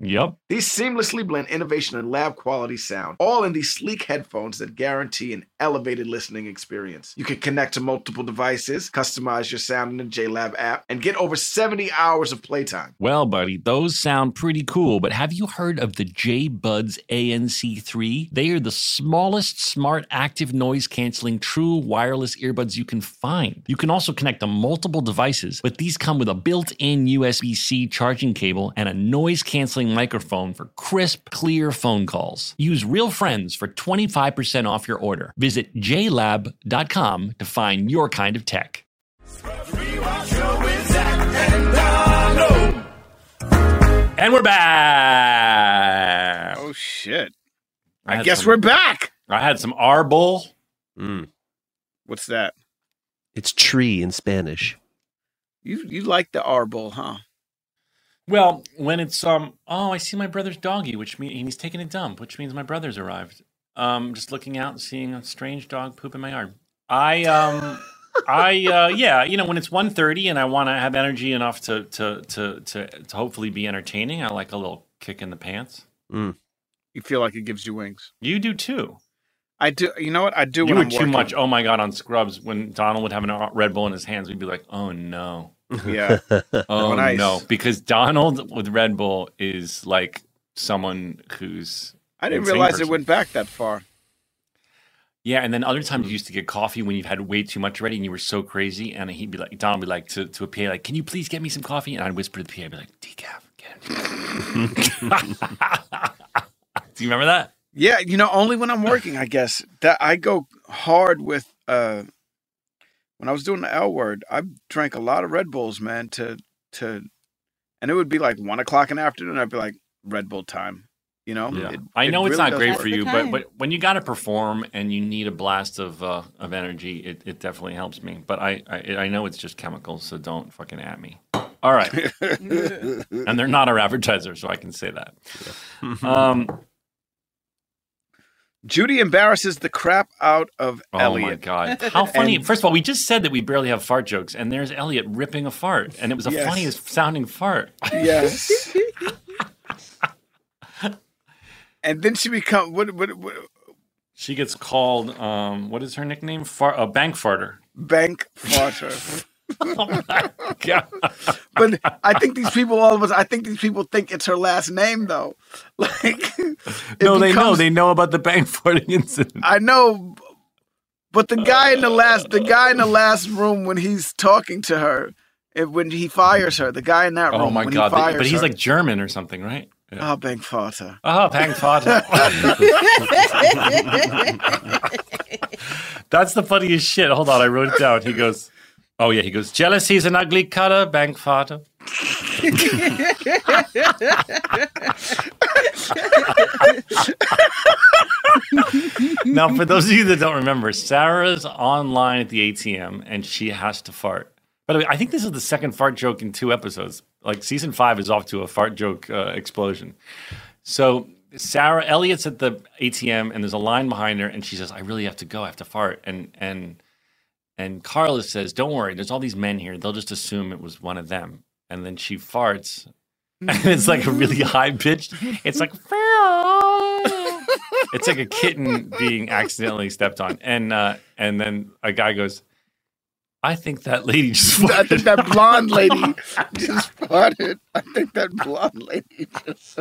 Yep.
These seamlessly blend innovation and lab quality sound, all in these sleek headphones that guarantee an elevated listening experience. You can connect to multiple devices, customize your sound in the J Lab app, and get over 70 hours of playtime.
Well, buddy, those sound pretty cool, but have you heard of the J Buds ANC3? They are the smallest smart active noise canceling true wireless earbuds you can find. You can also connect to multiple devices, but these come with a built in USB C charging cable and a noise canceling microphone for crisp, clear phone calls. Use Real Friends for 25% off your order. Visit jlab.com to find your kind of tech.
And we're back.
Oh shit!
I,
I
had
guess
some-
we're back.
I had some arbol.
Mm.
What's that?
It's tree in Spanish.
You you like the arbol, huh?
Well, when it's um, oh, I see my brother's doggy, which means he's taking a dump, which means my brother's arrived. Um, just looking out and seeing a strange dog poop in my yard. I um, I uh, yeah, you know, when it's 1.30 and I want to have energy enough to to to to to hopefully be entertaining, I like a little kick in the pants.
You feel like it gives you wings.
You do too.
I do. You know what? I do.
you
when
were
I'm
too
working.
much. Oh my god, on Scrubs when Donald would have a Red Bull in his hands, we'd be like, oh no,
Yeah.
oh
On ice.
no, because Donald with Red Bull is like someone who's
I didn't
Insane
realize it
person.
went back that far.
Yeah, and then other times
Mm-hmm.
you used to get coffee when you've had way too much already, and you were so crazy. And he'd be like, Don would be like to, to a PA, like, "Can you please get me some coffee?" And I'd whisper to the PA, I'd be like, "Decaf." Get it." Do you remember that?
Yeah, you know, only when I'm working, I guess. That I go hard with uh when I was doing the L word, I drank a lot of Red Bulls, man, to to and it would be like one o'clock in the afternoon, I'd be like, Red Bull time. You know? Um, It-
I
it
know it's
really
not
does
great
work.
for
That's
you,
the
but
time.
but when you got to perform and you need a blast of uh, of energy, it, it definitely helps me. But I, I I know it's just chemicals, so don't fucking at me. All right. and they're not our advertiser, so I can say that. Um,
Judy embarrasses the crap out of
Oh my
Elliot.
god! How funny!
And-
First of all, we just said that we barely have fart jokes, and there's Elliot ripping a fart, and it was the
Yes.
funniest sounding fart.
Yes. and then she become what, what what
She gets called. Um, what is her nickname? Fart, a bank farter.
bank farter.
God.
but I think these people, all of us, I think these people think it's her last name, though. Like, it
no, they know.
becomes-
They know about the bank farting incident.
I know, but the guy in the last, the guy in the last room when he's talking to her, and when he fires her, the guy in that room.
Oh my
when
god!
He fires
But he's
her,
like German or something, right? Yeah.
oh, bank farter.
Oh, bank farter. That's the funniest shit. Hold on, I wrote it down. He goes. Oh yeah, he goes. Jealousy's an ugly color, bank farter. now, for those of you that don't remember, Sarah's online at the ATM and she has to fart. By the way, I think this is the second fart joke in two episodes. Like season five is off to a fart joke uh, explosion. So Sarah Elliot's at the ATM, and there's a line behind her, and she says, "I really have to go. I have to fart." And and and Carla says, "Don't worry. There's all these men here. They'll just assume it was one of them." And then she farts, and it's like a really high pitched. It's like it's like a kitten being accidentally stepped on, and uh, and then a guy goes, "I think that lady just."
I
farted."
think that blonde lady just farted. I think that blonde lady just.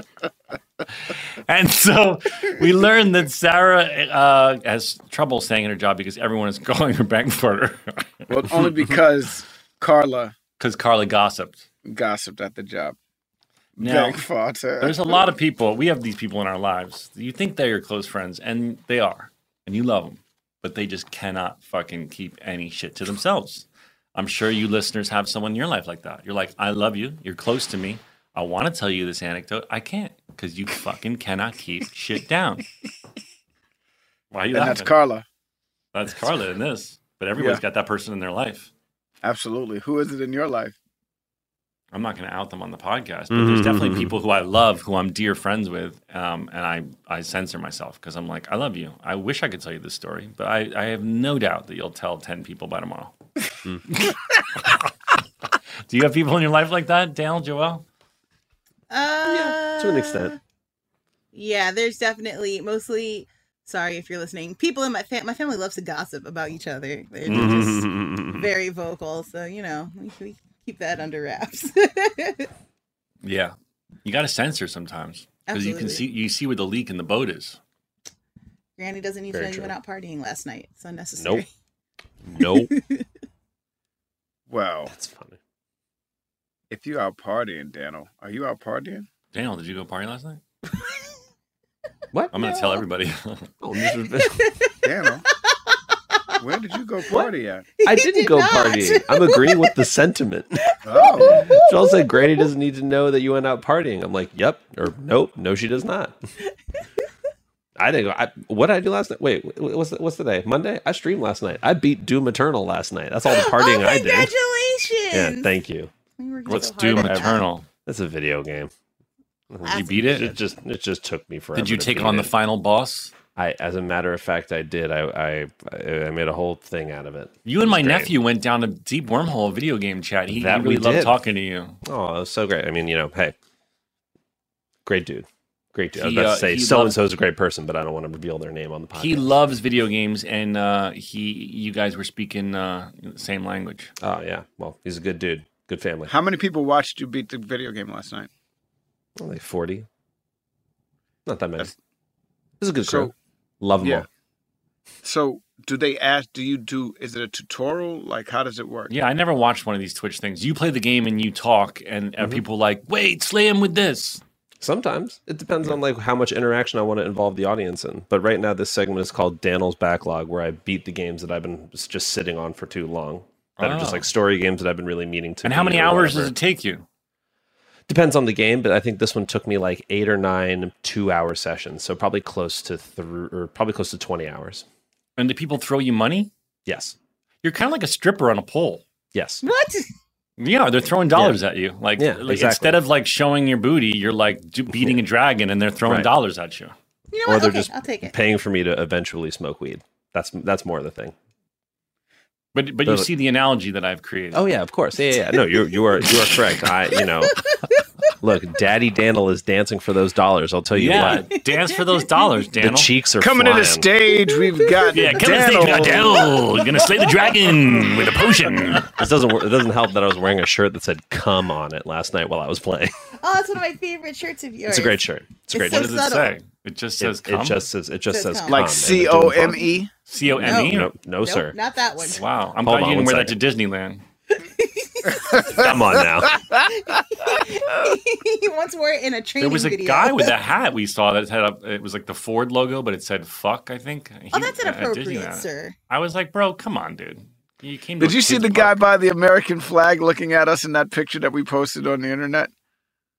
And so we learned that Sarah uh, has trouble staying in her job because everyone is calling her bank farter.
Well, only because Carla
because Carla gossiped.
gossiped at the job.
Now,
Bank farter.
there's a lot of people. We have these people in our lives. You think they're your close friends, and they are, and you love them, but they just cannot fucking keep any shit to themselves. I'm sure you listeners have someone in your life like that. You're like, I love you. You're close to me. I want to tell you this anecdote. I can't because you fucking cannot keep shit down. Why are you
and
laughing?
that's Carla.
That's Carla in this, but everybody's
Yeah.
got that person in their life.
Absolutely. Who is it in your life?
I'm not going to out them on the podcast, but there's definitely people who I love, who I'm dear friends with, um, and I I censor myself because I'm like, I love you. I wish I could tell you this story, but I, I have no doubt that you'll tell ten people by tomorrow. Do you have people in your life like that, Dale, Joel?
Uh,
to an extent.
Yeah, there's definitely mostly. Sorry if you're listening. People in my fam- my family loves to gossip about each other. They're just very vocal, so you know we, we keep that under wraps.
Yeah, you got to censor sometimes because you can
Absolutely.
see you see where the leak in the boat is.
Granny doesn't need
Very
to know you
true.
went out partying last night. It's unnecessary.
Nope.
Well,
That's funny.
if you out partying, Daniel, are you out partying?
Daniel, did you go party last night?
What?
I'm going to tell everybody.
Oh, this is-
Daniel, where did you go party at?
I
He
didn't
did
go
not.
partying. I'm agreeing with the sentiment.
Oh,
Joel said Granny doesn't need to know that you went out partying. I'm like, yep, or nope, no, she does not. I didn't go. I, what did I do last night? Wait, wh- what's the, what's the day? Monday? I streamed last night. I beat Doom Eternal last night. That's all the partying I did. Yeah,
Oh, Congratulations!
thank you.
We were
What's
so hard
Doom
on that.
Eternal?
That's a video game.
Did you beat it?
It just it just took me forever.
Did you
to
take
beat
on the
it.
final boss?
I, as a matter of fact, I did. I I, I made a whole thing out of it.
You and my
great.
nephew went down a deep wormhole of video game chat. He, he
That we
really loved
did.
talking to you.
Oh, it was so great. I mean, you know, hey, great dude. Great dude. I was
He,
about
uh,
to say
he
so and so is a great person, but I don't want to reveal their name on the podcast.
He loves video games, and uh, he you guys were speaking uh, the same language.
oh yeah. Well, he's a good dude. Good family.
how many people watched you beat the video game last night?
Only forty. Not that many. This
That's-
is a good
so-
crew. Love them
yeah.
all.
So, do they ask? Do you do? Is it a tutorial? Like, how does it work?
Yeah, I never watched one of these Twitch things. You play the game and you talk, and
Mm-hmm.
uh, people like, wait, slay him with this.
Sometimes it depends on like how much interaction I want to involve the audience in. But right now, this segment is called Daniel's Backlog, where I beat the games that I've been s- just sitting on for too long. That are just
Oh.
like story games that I've been really meaning to.
and how
beat
many
or
hours
whatever.
does it take you?
depends on the game, but I think this one took me like eight or nine two hour sessions. So probably close to three or probably close to 20 hours.
And do people throw you money?
Yes.
You're kind of like a stripper on a pole.
Yes.
What?
Yeah, they're throwing dollars at you. Like,
Yeah,
like,
exactly.
instead of like showing your booty, you're like d- beating a dragon, and they're throwing
Right.
dollars at you.
You know
Or
what?
they're
Okay,
just
I'll take it.
paying for me to eventually smoke weed. That's that's more the thing.
But but
They're
you
like-
see the analogy that I've created.
Oh yeah, of course. Yeah, yeah. yeah. No, you you are you are correct. I you know look, Daddy Daniel is dancing for those dollars. I'll tell you
yeah,
what.
dance for those dollars,
The
Daniel.
cheeks are
Coming to the
flying.
stage, we've got
Yeah, come on
Daniel.
stage now, Dell. You're gonna slay the dragon with a potion.
This doesn't wor- it doesn't help that I was wearing a shirt that said "Come" on it last night while I was playing.
Oh, it's one of my favorite shirts of yours.
It's a great shirt. It's
It's
a great
so
What
shirt.
does it
subtle.
say? It just says
It, it just says it just
Says
says
come.
"Come,"
Like
and they're
C
doing
O
fun.
M E.
C O M E.
No, no,
Nope,
sir.
Not that one.
Wow, I'm
Hold
glad
on
you didn't
one
wear that to Disneyland.
Come on now.
he once wore it in a training
There was a
video.
guy with a hat we saw that had a. It was like the Ford logo, but it said "fuck." I think.
Oh,
He- uh,
that's
at
inappropriate,
Disneyland.
sir.
I was like, bro, come on, dude. You came. to
Did
a
you see
kid's
the guy
park.
by the American flag looking at us in that picture that we posted on the internet?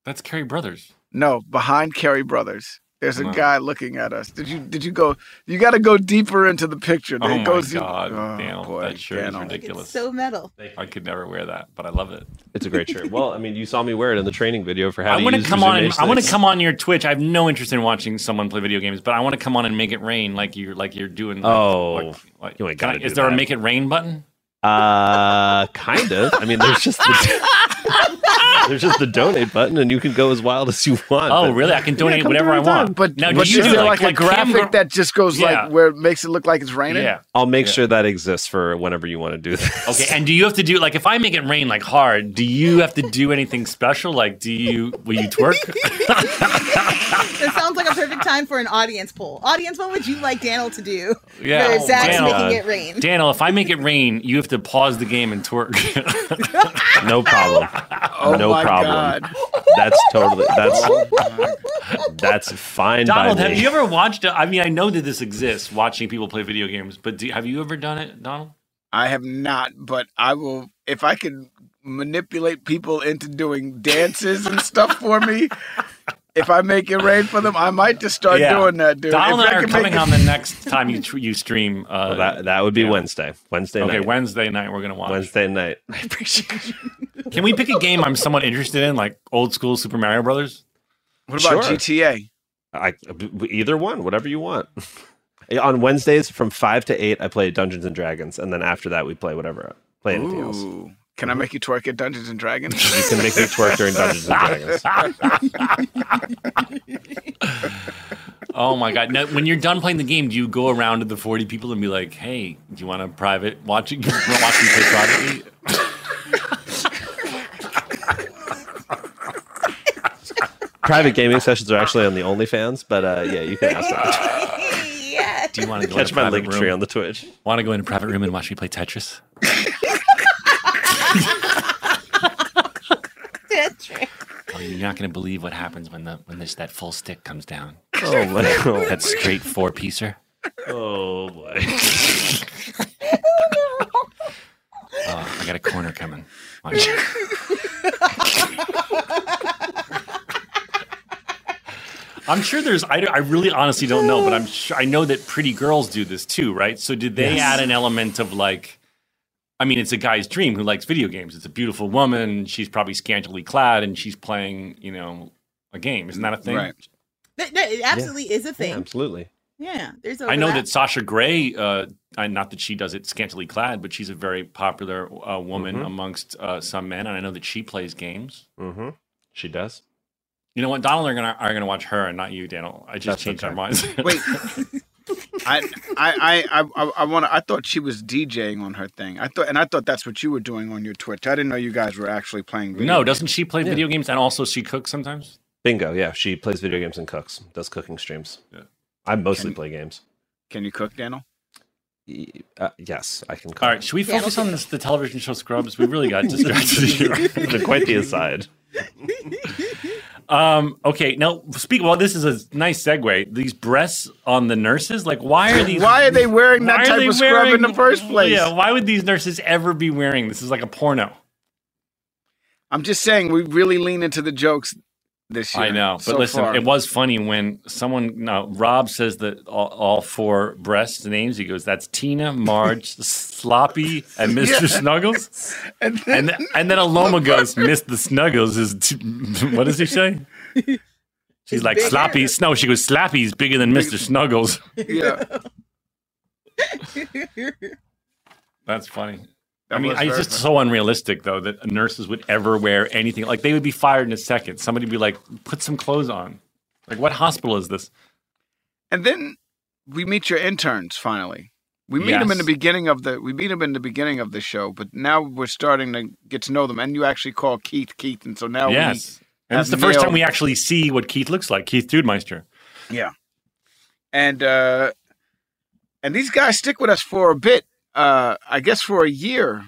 That's Carrie Brothers.
No, behind Carrie Brothers. There's a
Wow.
guy looking at us. Did you did you go? You got to go deeper into the picture.
Oh
It
my
goes-
God,
oh,
Daniel,
boy,
that shirt is
Daniel.
ridiculous.
It's so metal.
I could never wear that, but I love it.
It's a great shirt. Well, I mean, you saw me wear it in the training video for how
I
to
want to
use
come on. And,
usernames
I want to
next.
come on your Twitch. I have no interest in watching someone play video games, but I want to come on and make it rain, like you're like you're doing. like-
Oh,
like,
you
like,
ain't
can I-
gotta
is
do
there a
that.
make it rain button?
Uh, kind of. I mean, there's just the, there's just the donate button, and you can go as wild as you want.
Oh,
but-
really? I can donate
come
whatever I
through
want.
But
now,
but
do you
is
do
there
like,
like, a graphic
Cam Gr-
that just goes
Yeah.
like where it makes it look like it's raining?
Yeah.
I'll make sure that exists for whenever you want to do this.
Okay. And do you have to do like if I make it rain like hard? Do you have to do anything special? Like, do you will you twerk?
That sounds like a perfect time for an audience poll. Audience, what would you like Daniel to do?
Yeah. Oh,
For Zach's
Daniel.
making it rain.
Daniel, if I make it rain, you have to pause the game and twerk.
No problem.
Oh
no
my
problem.
God.
That's totally that's that's fine
Donald,
by
have
me.
you ever watched? I mean, I know that this exists, watching people play video games, but do, have you ever done it, Donald?
I have not, but I will if I can manipulate people into doing dances and stuff for me. If I make it rain for them, I might just start
Yeah.
doing that, dude.
Donald
if
and I
I
are
can make
coming
it-
on the next time you tr- you stream. Uh,
Well, that that would be
Yeah.
Wednesday. Wednesday
okay,
night.
Wednesday night we're gonna watch.
Wednesday night.
Can we pick a game I'm somewhat interested in, like old school Super Mario Brothers?
What about
Sure.
GTA?
I either one, whatever you want. on Wednesdays from five to eight, I play Dungeons and Dragons, and then after that, we play whatever, play anything else. You
Ooh. Can I make you twerk at Dungeons and Dragons?
can make me twerk during Dungeons and Dragons.
Oh my god! Now, when you're done playing the game, do you go around to the 40 people and be like, "Hey, do you want to private watch it? You wanna watch me play privately?"
Private gaming sessions are actually on the OnlyFans, but uh, yeah, you can ask that.
yeah.
Do you want to go
Catch
in a
my
private
link
room?
tree on the Twitch.
Want to go in a private room and watch me play Tetris?
That's right.
Oh, you're not gonna believe what happens when the when this that full stick comes down.
Oh my god.
That straight four piecer.
Oh boy.
Oh, I got a corner coming. Watch. I'm sure there's. I, I really honestly don't know, but I'm sure I know that pretty girls do this too, right? So did they add an element of like? I mean, it's a guy's dream who likes video games. It's a beautiful woman. She's probably scantily clad, and she's playing, you know, a game. Isn't that a thing?
Right.
That, that it absolutely is a
Yeah,
thing.
absolutely.
Yeah. There's
I know
overlap.
that Sasha Grey, uh, I- not that she does it scantily clad, but she's a very popular uh, woman
Mhm.
amongst uh, some men, and I know that she plays games.
Mm-hmm. She does.
You know what? Donald are gonna are gonna watch her and not you, Daniel. I just
That's
changed
okay.
our minds.
Wait, I, I, I, I, I want to. I thought she was DJing on her thing. I thought, and I thought that's what you were doing on your Twitch. I didn't know you guys were actually playing. Video.
no, doesn't she play video games and also she cooks sometimes?
Bingo. Yeah, she plays video games and cooks. Does cooking streams.
Yeah.
I mostly
Can-
play games.
Can you cook, Daniel?
Y- Uh, yes, I can cook.
All right, should we focus on this, the television show Scrubs? We really got distracted here.
They're quite the aside.
Um, okay, now speak. Well, this is a nice segue. These breasts on the nurses, like, why are these?
Why are they wearing
why
that
are
type
they
of scrub in the
wearing-
first place?
Yeah, why would these nurses ever be wearing this? Is like a porno.
I'm just saying we really lean into the jokes this year.
I know, but
so
listen,
far.
it was funny when someone no, Rob says that all, all four breast names. He goes, "That's Tina, Marge, Sloppy, and Mister Snuggles."
And then,
And th- and then Aloma goes, "Mister Snuggles is t- what does he say?" She's like
bigger.
Sloppy. No, she goes, "Sloppy's bigger than Mister Snuggles."
yeah,
That's funny. I
That
mean,
was
I- it's
very
just so unrealistic though that nurses would ever wear anything. Like they would be fired in a second. Somebody would be like, "Put some clothes on." Like, what hospital is this?
and then we meet your interns finally. We meet them in
Yes.
the beginning of the we meet them in the beginning of the show, but now we're starting to get to know them. And you actually call Keith Keith, and so now we
Yes. And it's the
have
first time
nailed-
we actually see what Keith looks like, Keith Dudemeister.
Yeah. And uh and these guys stick with us for a bit. Uh I guess for a year.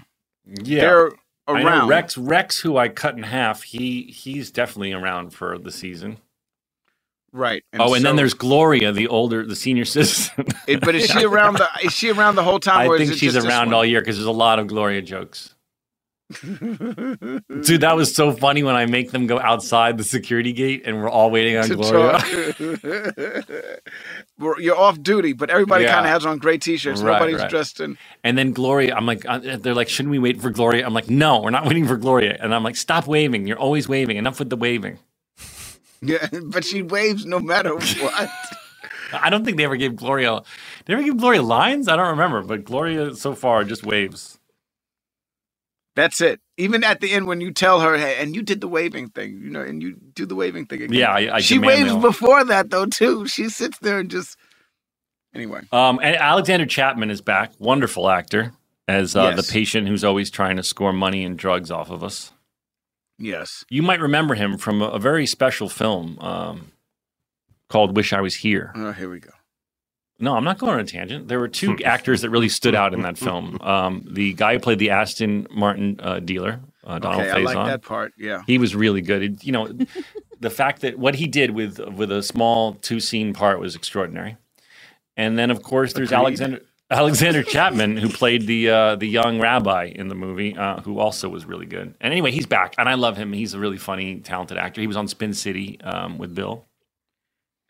Yeah.
They're
I
around.
know Rex Rex who I cut in half, he he's definitely around for the season.
Right.
oh, and
so-
then there's Gloria, the older the senior citizen.
it- but is she around the is she around the whole time
I
or is
think
it
she's
just this
around
one?
all year because there's a lot of Gloria jokes. Dude, that was so funny when I make them go outside the security gate and we're all waiting on
to
Gloria.
talk. We're- You're off duty, but everybody
Yeah.
kind of has on gray t-shirts.
Right,
Nobody's
right.
dressed in.
And then Gloria, I'm like, uh, they're like, shouldn't we wait for Gloria? I'm like, no, we're not waiting for Gloria. And I'm like, stop waving. You're always waving. Enough with the waving.
Yeah, but she waves no matter what.
I don't think they ever gave Gloria, did they ever give Gloria lines? I don't remember, but Gloria so far just waves.
That's it. Even at the end, when you tell her, hey, and you did the waving thing, you know, and you do the waving thing again.
Yeah, I, I
she
demand
waves
they all-
before that though too. She sits there and just. Anyway,
Um, and Alexander Chapman is back. Wonderful actor as uh,
Yes.
the patient who's always trying to score money and drugs off of us.
yes,
You might remember him from a, a very special film um, called Wish I Was Here.
oh, here we go.
No, I'm not going on a tangent. There were two
Hmm.
actors that really stood out in that film. Um, the guy who played the Aston Martin uh, dealer, uh, Donald
okay, I
Faison.
like that part. Yeah,
He was really good. It- you know, the fact that what he did with with a small two scene part was extraordinary. And then, of course, there's
Agreed.
Alexander Alexander Chapman, who played the uh, the young rabbi in the movie, uh, who also was really good. And anyway, he's back, and I love him. He's a really funny, talented actor. He was on Spin City um, with Bill.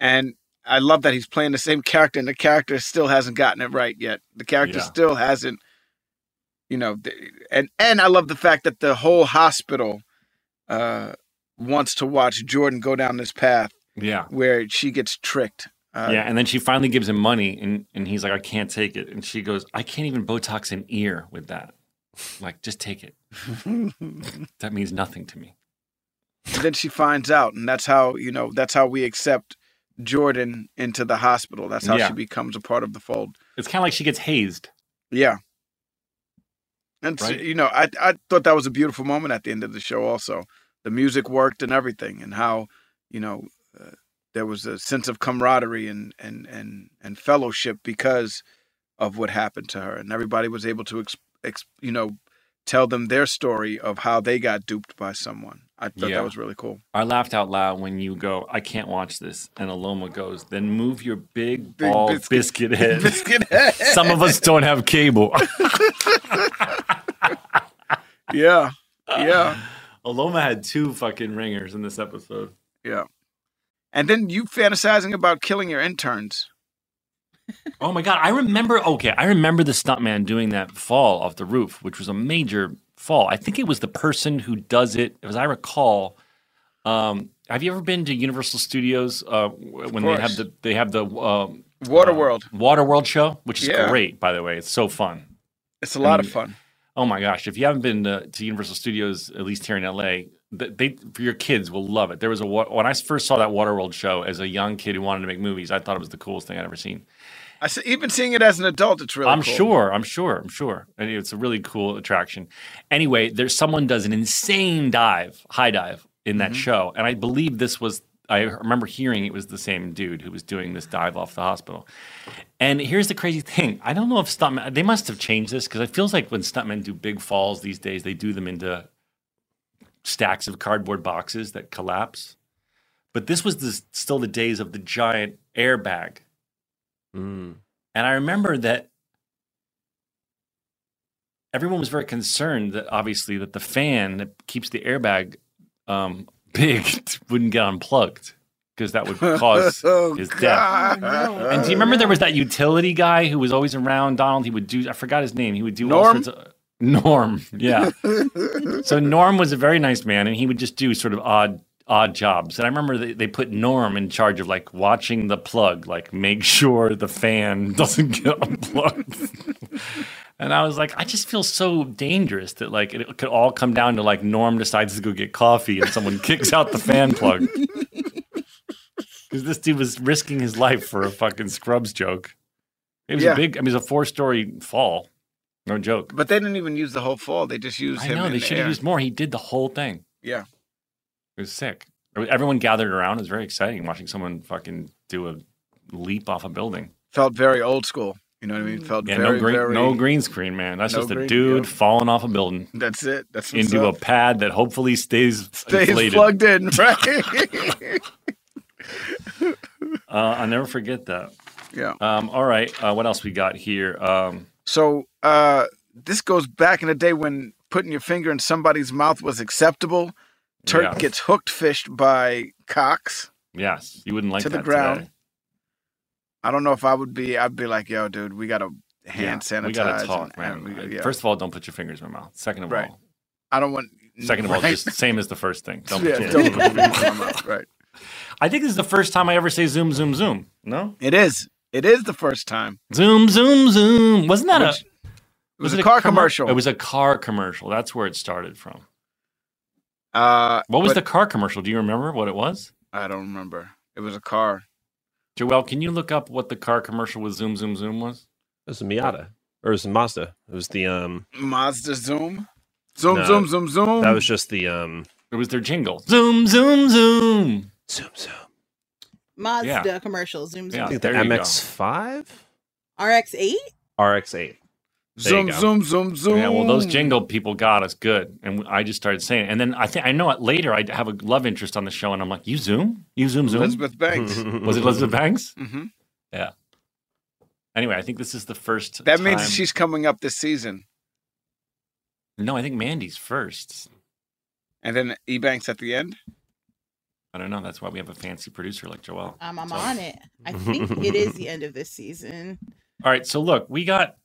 and I love that he's playing the same character, and the character still hasn't gotten it right yet. The character
Yeah.
still hasn't, you know, th- and and I love the fact that the whole hospital uh, wants to watch Jordan go down this path
Yeah.
where she gets tricked. Uh,
yeah, and then she finally gives him money, and, and he's like, "I can't take it," and she goes, "I can't even Botox an ear with that. Like, just take it. that means nothing to me."
And then she finds out, and that's how you know that's how we accept Jordan into the hospital. That's how
Yeah.
she becomes a part of the fold.
It's kind of like she gets hazed.
Yeah. And so,
Right.
you know, I I thought that was a beautiful moment at the end of the show. Also, the music worked and everything, and how you know uh, there was a sense of camaraderie and and and and fellowship because of what happened to her, and everybody was able to ex, ex you know tell them their story of how they got duped by someone. I thought
Yeah.
that was really cool.
I laughed out loud when you go, "I can't watch this," and Aloma goes, "Then move your big
Big
ball
biscuit-
biscuit, head."
Biscuit head.
Some of us don't have cable.
Yeah.
Uh,
Yeah.
Aloma had two fucking ringers in this episode.
Yeah. And then you fantasizing about killing your interns.
Oh my god, I remember. Okay, I remember the stuntman doing that fall off the roof, which was a major fall. I think it was the person who does it, as I recall. Um, have you ever been to Universal Studios uh, when they have
course.
the they have the um,
Waterworld.
Waterworld show, which is
Yeah.
great, by the way. It's so fun.
It's a lot of
mean,
fun.
Oh my gosh! If you haven't been to, to Universal Studios, at least here in LA, th- they for your kids will love it. There was a wa- when I first saw that Waterworld show as a young kid who wanted to make movies, I thought it was the coolest thing I'd ever seen.
I s- even seeing it as an adult, it's really
I'm
cool.
sure, I'm sure, I'm sure, and it's a really cool attraction. Anyway, there's someone does an insane dive, high dive in that
Mm-hmm.
show, and I believe this was. I remember hearing it was the same dude who was doing this dive off the hospital. And here's the crazy thing. I don't know if stuntmen, they must have changed this because it feels like when stuntmen do big falls these days, they do them into stacks of cardboard boxes that collapse. But this was the, still the days of the giant airbag.
Mm.
And I remember that everyone was very concerned that obviously that the fan that keeps the airbag um, big wouldn't get unplugged because that would cause
Oh,
his death.
God.
And do you remember there was that utility guy who was always around Donald? He would do I forgot his name. He would do all
Norm?
sorts of Norm. Yeah. so Norm was a very nice man and he would just do sort of odd odd jobs. And I remember they, they put Norm in charge of like watching the plug, like make sure the fan doesn't get unplugged. and I was like, I just feel so dangerous that like it could all come down to like Norm decides to go get coffee and someone kicks out the fan plug. Because this dude was risking his life for a fucking Scrubs joke. It was
Yeah.
a big, I mean, it was a four story fall. No joke.
But they didn't even use the whole fall. They just used
I
him.
know,
in
they
the
should have
air.
used more. He did the whole thing.
Yeah.
It was sick. Everyone gathered around. It was very exciting watching someone fucking do a leap off a building.
Felt very old school. You know what I mean? Felt
Yeah,
very,
no green,
very.
no green screen, man. That's
No
just a
green,
dude
yeah.
falling off a building
That's it. That's what's
into a
up.
pad that hopefully stays
Stays
inflated.
plugged in, right?
Uh, I'll never forget that.
yeah.
Um, all right, uh, what else we got here? Um,
So uh, this goes back in the day when putting your finger in somebody's mouth was acceptable. Turk
Yeah.
gets hooked fished by Cox.
Yes, you wouldn't like
To the
that
ground.
today.
I don't know if I would be. I'd be like, yo, dude, we gotta hand sanitize.
We gotta
and-
talk,
and
man.
we- yeah.
First of all, don't put your fingers in my mouth. Second of
Right.
all,
I don't want.
second of all,
Right.
just same as the first thing. Don't
yeah,
put your
don't put your finger in my mouth, right.
I think this is the first time I ever say zoom, zoom, zoom. No,
It is. It is the first time.
zoom, zoom, zoom. Wasn't that a?
It was, a car
commer-
commercial.
It was a car commercial. That's where it started from.
Uh,
What was
but
the car commercial? Do you remember what it was?
I don't remember. It was a car.
Joel, can you look up what the car commercial with zoom, zoom, zoom was?
It was a Miata or it was a Mazda. It was the um.
Mazda Zoom. Zoom,
No.
zoom, zoom, zoom.
That was just the um.
It was their jingle. Zoom, zoom, zoom.
Zoom zoom.
Mazda
Yeah.
commercial. Zoom
Yeah.
I
zoom.
think the
there you go.
MX five,
RX eight.
RX eight. There you
zoom,
go.
zoom, zoom, zoom.
Yeah, well, those jingle people got us good, and I just started saying. It. And then I think I know it later. I have a love interest on the show, and I'm like, you zoom, you zoom, zoom.
Elizabeth Banks.
Was it Elizabeth Banks?
hmm
Anyway, I think this is the first.
That means
time-
she's coming up this season,
No, I think Mandy's first.
and then Ebanks at the end.
I don't know. That's why we have a fancy producer like Joel.
Um, I'm
So-
on it. I think it is the end of this season.
All right. So look, we got,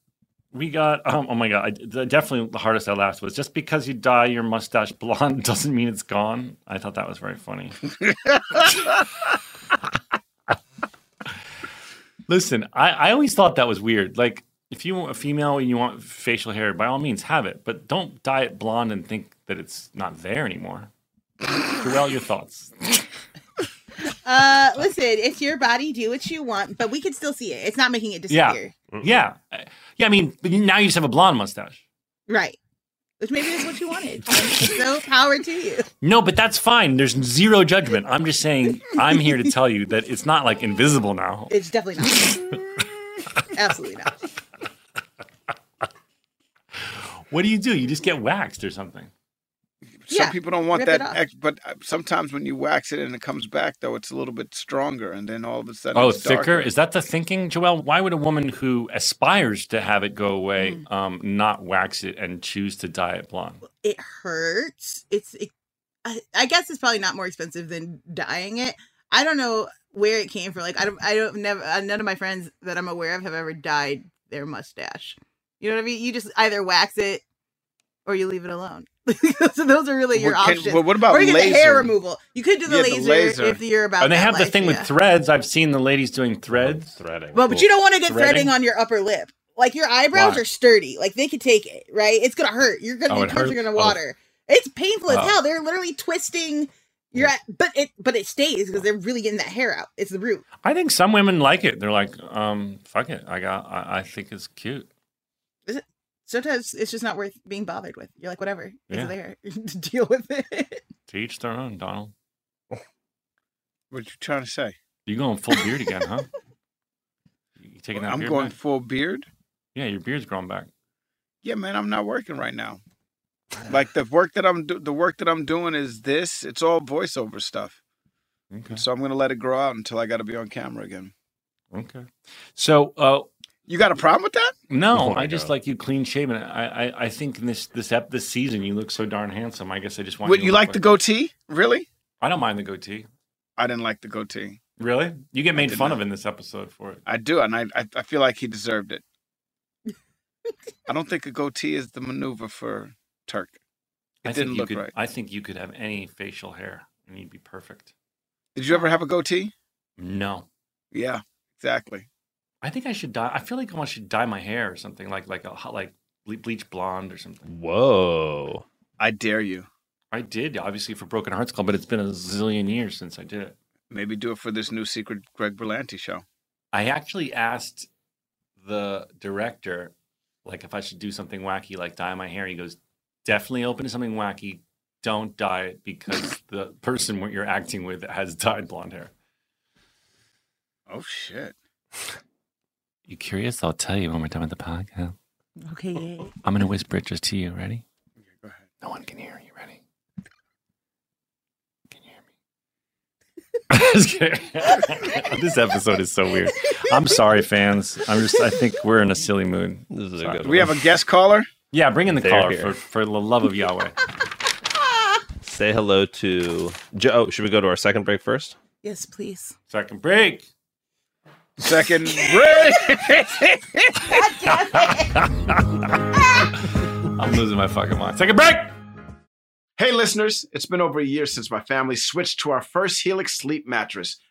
we got. Um, oh my god! I, the- definitely the hardest I laughed was just because you dye your mustache blonde doesn't mean it's gone. I thought that was very funny. Listen, I, I always thought that was weird. Like, if you want a female and you want facial hair, by all means have it, but don't dye it blonde and think that it's not there anymore. Joel, your thoughts?
Uh, listen, it's your body. Do what you want, but we can still see it. It's not making it
Yeah.
disappear.
Yeah, yeah. I mean, now you just have a blonde mustache.
Right. Which maybe is what you wanted. so power to you.
No, but that's fine. There's zero judgment. I'm just saying, I'm here to tell you that it's not like invisible now.
It's definitely not. Absolutely not.
What do you do? You just get waxed or something.
Yeah,
Some people don't want
rip it
that,
off.
ex- but uh, sometimes when you wax it and it comes back, though, it's a little bit stronger, and then all of a sudden,
Oh,
it's
thicker?
darker.
Is that the thinking, Joelle? Why would a woman who aspires to have it go away
Hmm.
um, not wax it and choose to dye it blonde?
It hurts. It's. It, I, I guess it's probably not more expensive than dyeing it. I don't know where it came from. Like I don't. I don't. Never. uh, None of my friends that I'm aware of have ever dyed their mustache. You know what I mean? You just either wax it or you leave it alone. so those are really your
What can-
options.
well, what about
or you get the hair
laser?
removal. You could do the,
Yeah, the
laser,
laser.
if you're about.
And they
that
have the
life,
thing
yeah.
with threads. I've seen the ladies doing threads.
Threading.
Well, but you don't want to get threading?
Threading?
on your upper lip. Like your eyebrows
Why?
are sturdy. Like they could take it, right? It's gonna hurt. You're gonna
Oh,
your
it
toes are
hurts?
gonna
Oh.
water. It's painful as
Oh.
hell. They're literally twisting your but it but it stays because they're really getting that hair out. It's the root.
I think some women like it. They're like, um, fuck it. I got. I, I think it's cute.
Sometimes it's just not worth being bothered with. You're like, whatever, it's
Yeah.
there. Deal with it.
To each their own, Donald.
What you trying to say?
You going full beard again, huh? You taking that
I'm
beard
going
back?
full beard.
Yeah, your beard's growing back.
Yeah, man, I'm not working right now. Like the work that I'm do- the work that I'm doing is this. It's all voiceover stuff.
Okay.
So I'm gonna let it grow out until I got to be on camera again.
Okay. So, uh,
You got a problem with that?
no,
Oh my
I just
God.
like you clean shaven. I, I, I think in this this ep, this season you look so darn handsome. I guess I just want
What
you.
you
to look
like the goatee? Really?
I don't mind the goatee.
I didn't like the goatee.
Really? You get made
did
fun
not.
of in this episode for it.
I do, and I I, I feel like he deserved it. I don't think a goatee is the maneuver for Turk. It
I think
didn't
you
look
could,
right.
I think you could have any facial hair and you'd be perfect.
Did you ever have a goatee?
No.
Yeah, exactly.
I think I should dye. I feel like I want should dye my hair or something like like a hot- like ble- bleach blonde or something.
Whoa.
I dare you.
I did obviously for Broken Hearts Club, but it's been a zillion years since I did it.
Maybe do it for this new secret Greg Berlanti show.
I actually asked the director, like, if I should do something wacky, like dye my hair. He goes, definitely open to something wacky. Don't dye it because the person what you're acting with has dyed blonde hair.
Oh shit.
You curious? I'll tell you when we're done with the podcast.
Okay, yeah.
I'm gonna whisper it just to you. Ready?
go ahead.
No one can hear you. Ready? Can you hear me? Just kidding. this episode is so weird. I'm sorry, fans. I'm just. I think we're in a silly mood.
This is a
Sorry.
good
Do we have a guest caller?
Yeah, bring in the
They're
caller
here.
for, for the love of Yahweh.
Say hello to Joe. Oh, should we go to our second break first?
Yes, please.
Second break.
Second,
I'm losing my fucking mind. Second break.
Hey, listeners, it's been over a year since my family switched to our first Helix sleep mattress.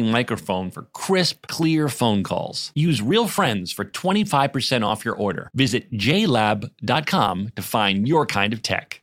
microphone for crisp, clear phone calls. Use Real Friends for 25% off your order. Visit jlab.com to find your kind of tech.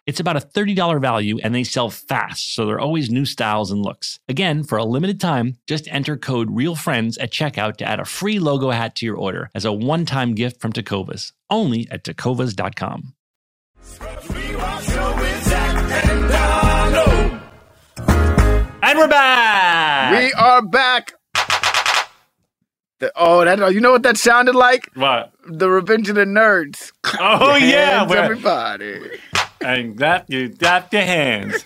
It's about a $30 value and they sell fast, so there are always new styles and looks. Again, for a limited time, just enter code REALFRIENDS at checkout to add a free logo hat to your order as a one time gift from Tacovas, only at tacovas.com.
And we're back.
We are back. The- oh, that you know what that sounded like?
what?
The Revenge of the Nerds.
Oh yeah,
Hands,
we're,
everybody.
and clap you clap your hands.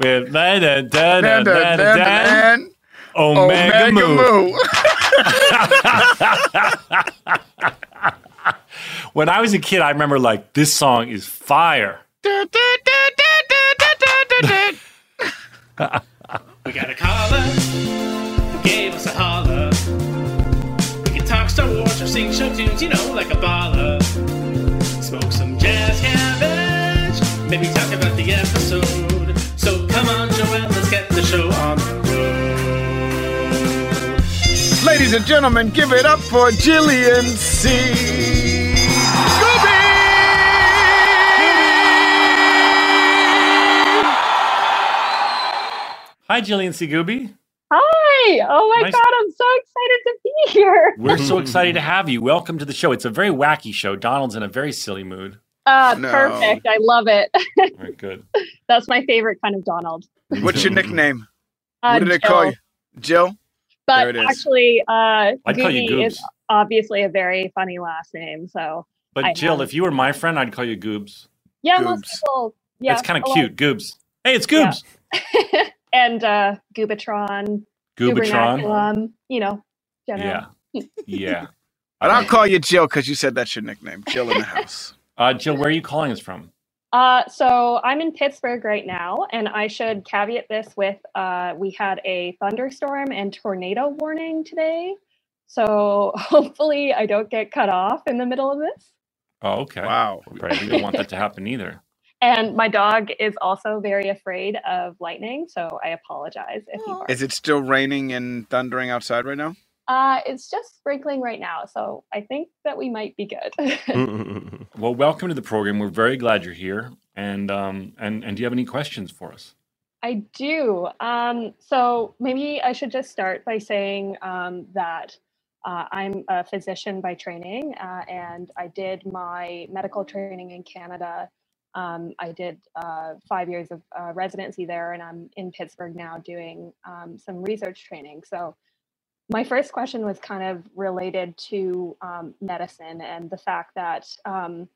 We're da da da da
Dun, dun,
da
dun,
da.
dun.
Omega
Omega
Moo.
Moo.
when I was a kid, I remember like this song is fire.
We got a caller who gave us a holler. We can talk Star Wars or sing show tunes, you know, like a baller. Smoke some jazz cabbage, maybe talk about the episode. So come on, Joel, let's get the show on the road.
Ladies and gentlemen, give it up for Jillian C. Scooby!
Hi, Jillian Segubi.
Hi! Oh my
Nice.
god, I'm so excited to be here.
We're so excited to have you. Welcome to the show. It's a very wacky show. Donald's in a very silly mood.
Uh,
No.
Perfect. I love it.
Very good.
That's my favorite kind of Donald.
What's your nickname?
Uh,
what did they call
Jill.
you? Jill? There
But
it is.
actually, uh,
I'd call you
Googie
Goobs.
is obviously a very funny last name. So
But
I
Jill,
am.
if you were my friend, I'd call you Goobs.
yeah, most
Goobs.
people. Yeah, oh,
it's kind
a
of
lot-
cute. Goobs. Hey, it's Goobs.
and uh, Goobatron,
Goobatron.
Goobernaculum, um, you know, general.
Yeah. Yeah.
But I'll call you Jill because you said that's your nickname. Jill in the house.
Uh, Jill, where are you calling us from?
Uh, so I'm in Pittsburgh right now, and I should caveat this with uh, we had a thunderstorm and tornado warning today. So hopefully I don't get cut off in the middle of this.
Oh, okay.
Wow.
We- We don't want that to happen either.
And my dog is also very afraid of lightning, so I apologize if he
Aw.
barks.
Is it still raining and thundering outside right now?
Uh, it's just sprinkling right now, so I think that we might be good.
Well, welcome to the program. We're very glad you're here. And um, and and do you have any questions for us?
I do. Um, so maybe I should just start by saying um, that uh, I'm a physician by training, uh, and I did my medical training in Canada. Um, I did uh, five years of uh, residency there, and I'm in Pittsburgh now doing um, some research training. So my first question was kind of related to um, medicine and the fact that um,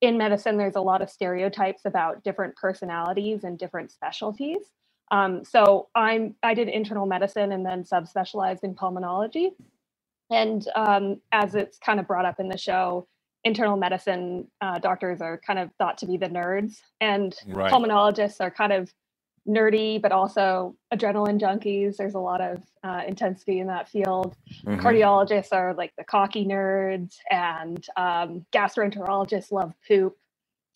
in medicine, there's a lot of stereotypes about different personalities and different specialties. Um, so I'm I did internal medicine and then subspecialized in pulmonology. And um, as it's kind of brought up in the show, internal medicine uh, doctors are kind of thought to be the nerds, and
Right.
pulmonologists are kind of nerdy, but also adrenaline junkies. There's a lot of uh, intensity in that field
Mhm.
cardiologists are like the cocky nerds and um, gastroenterologists love poop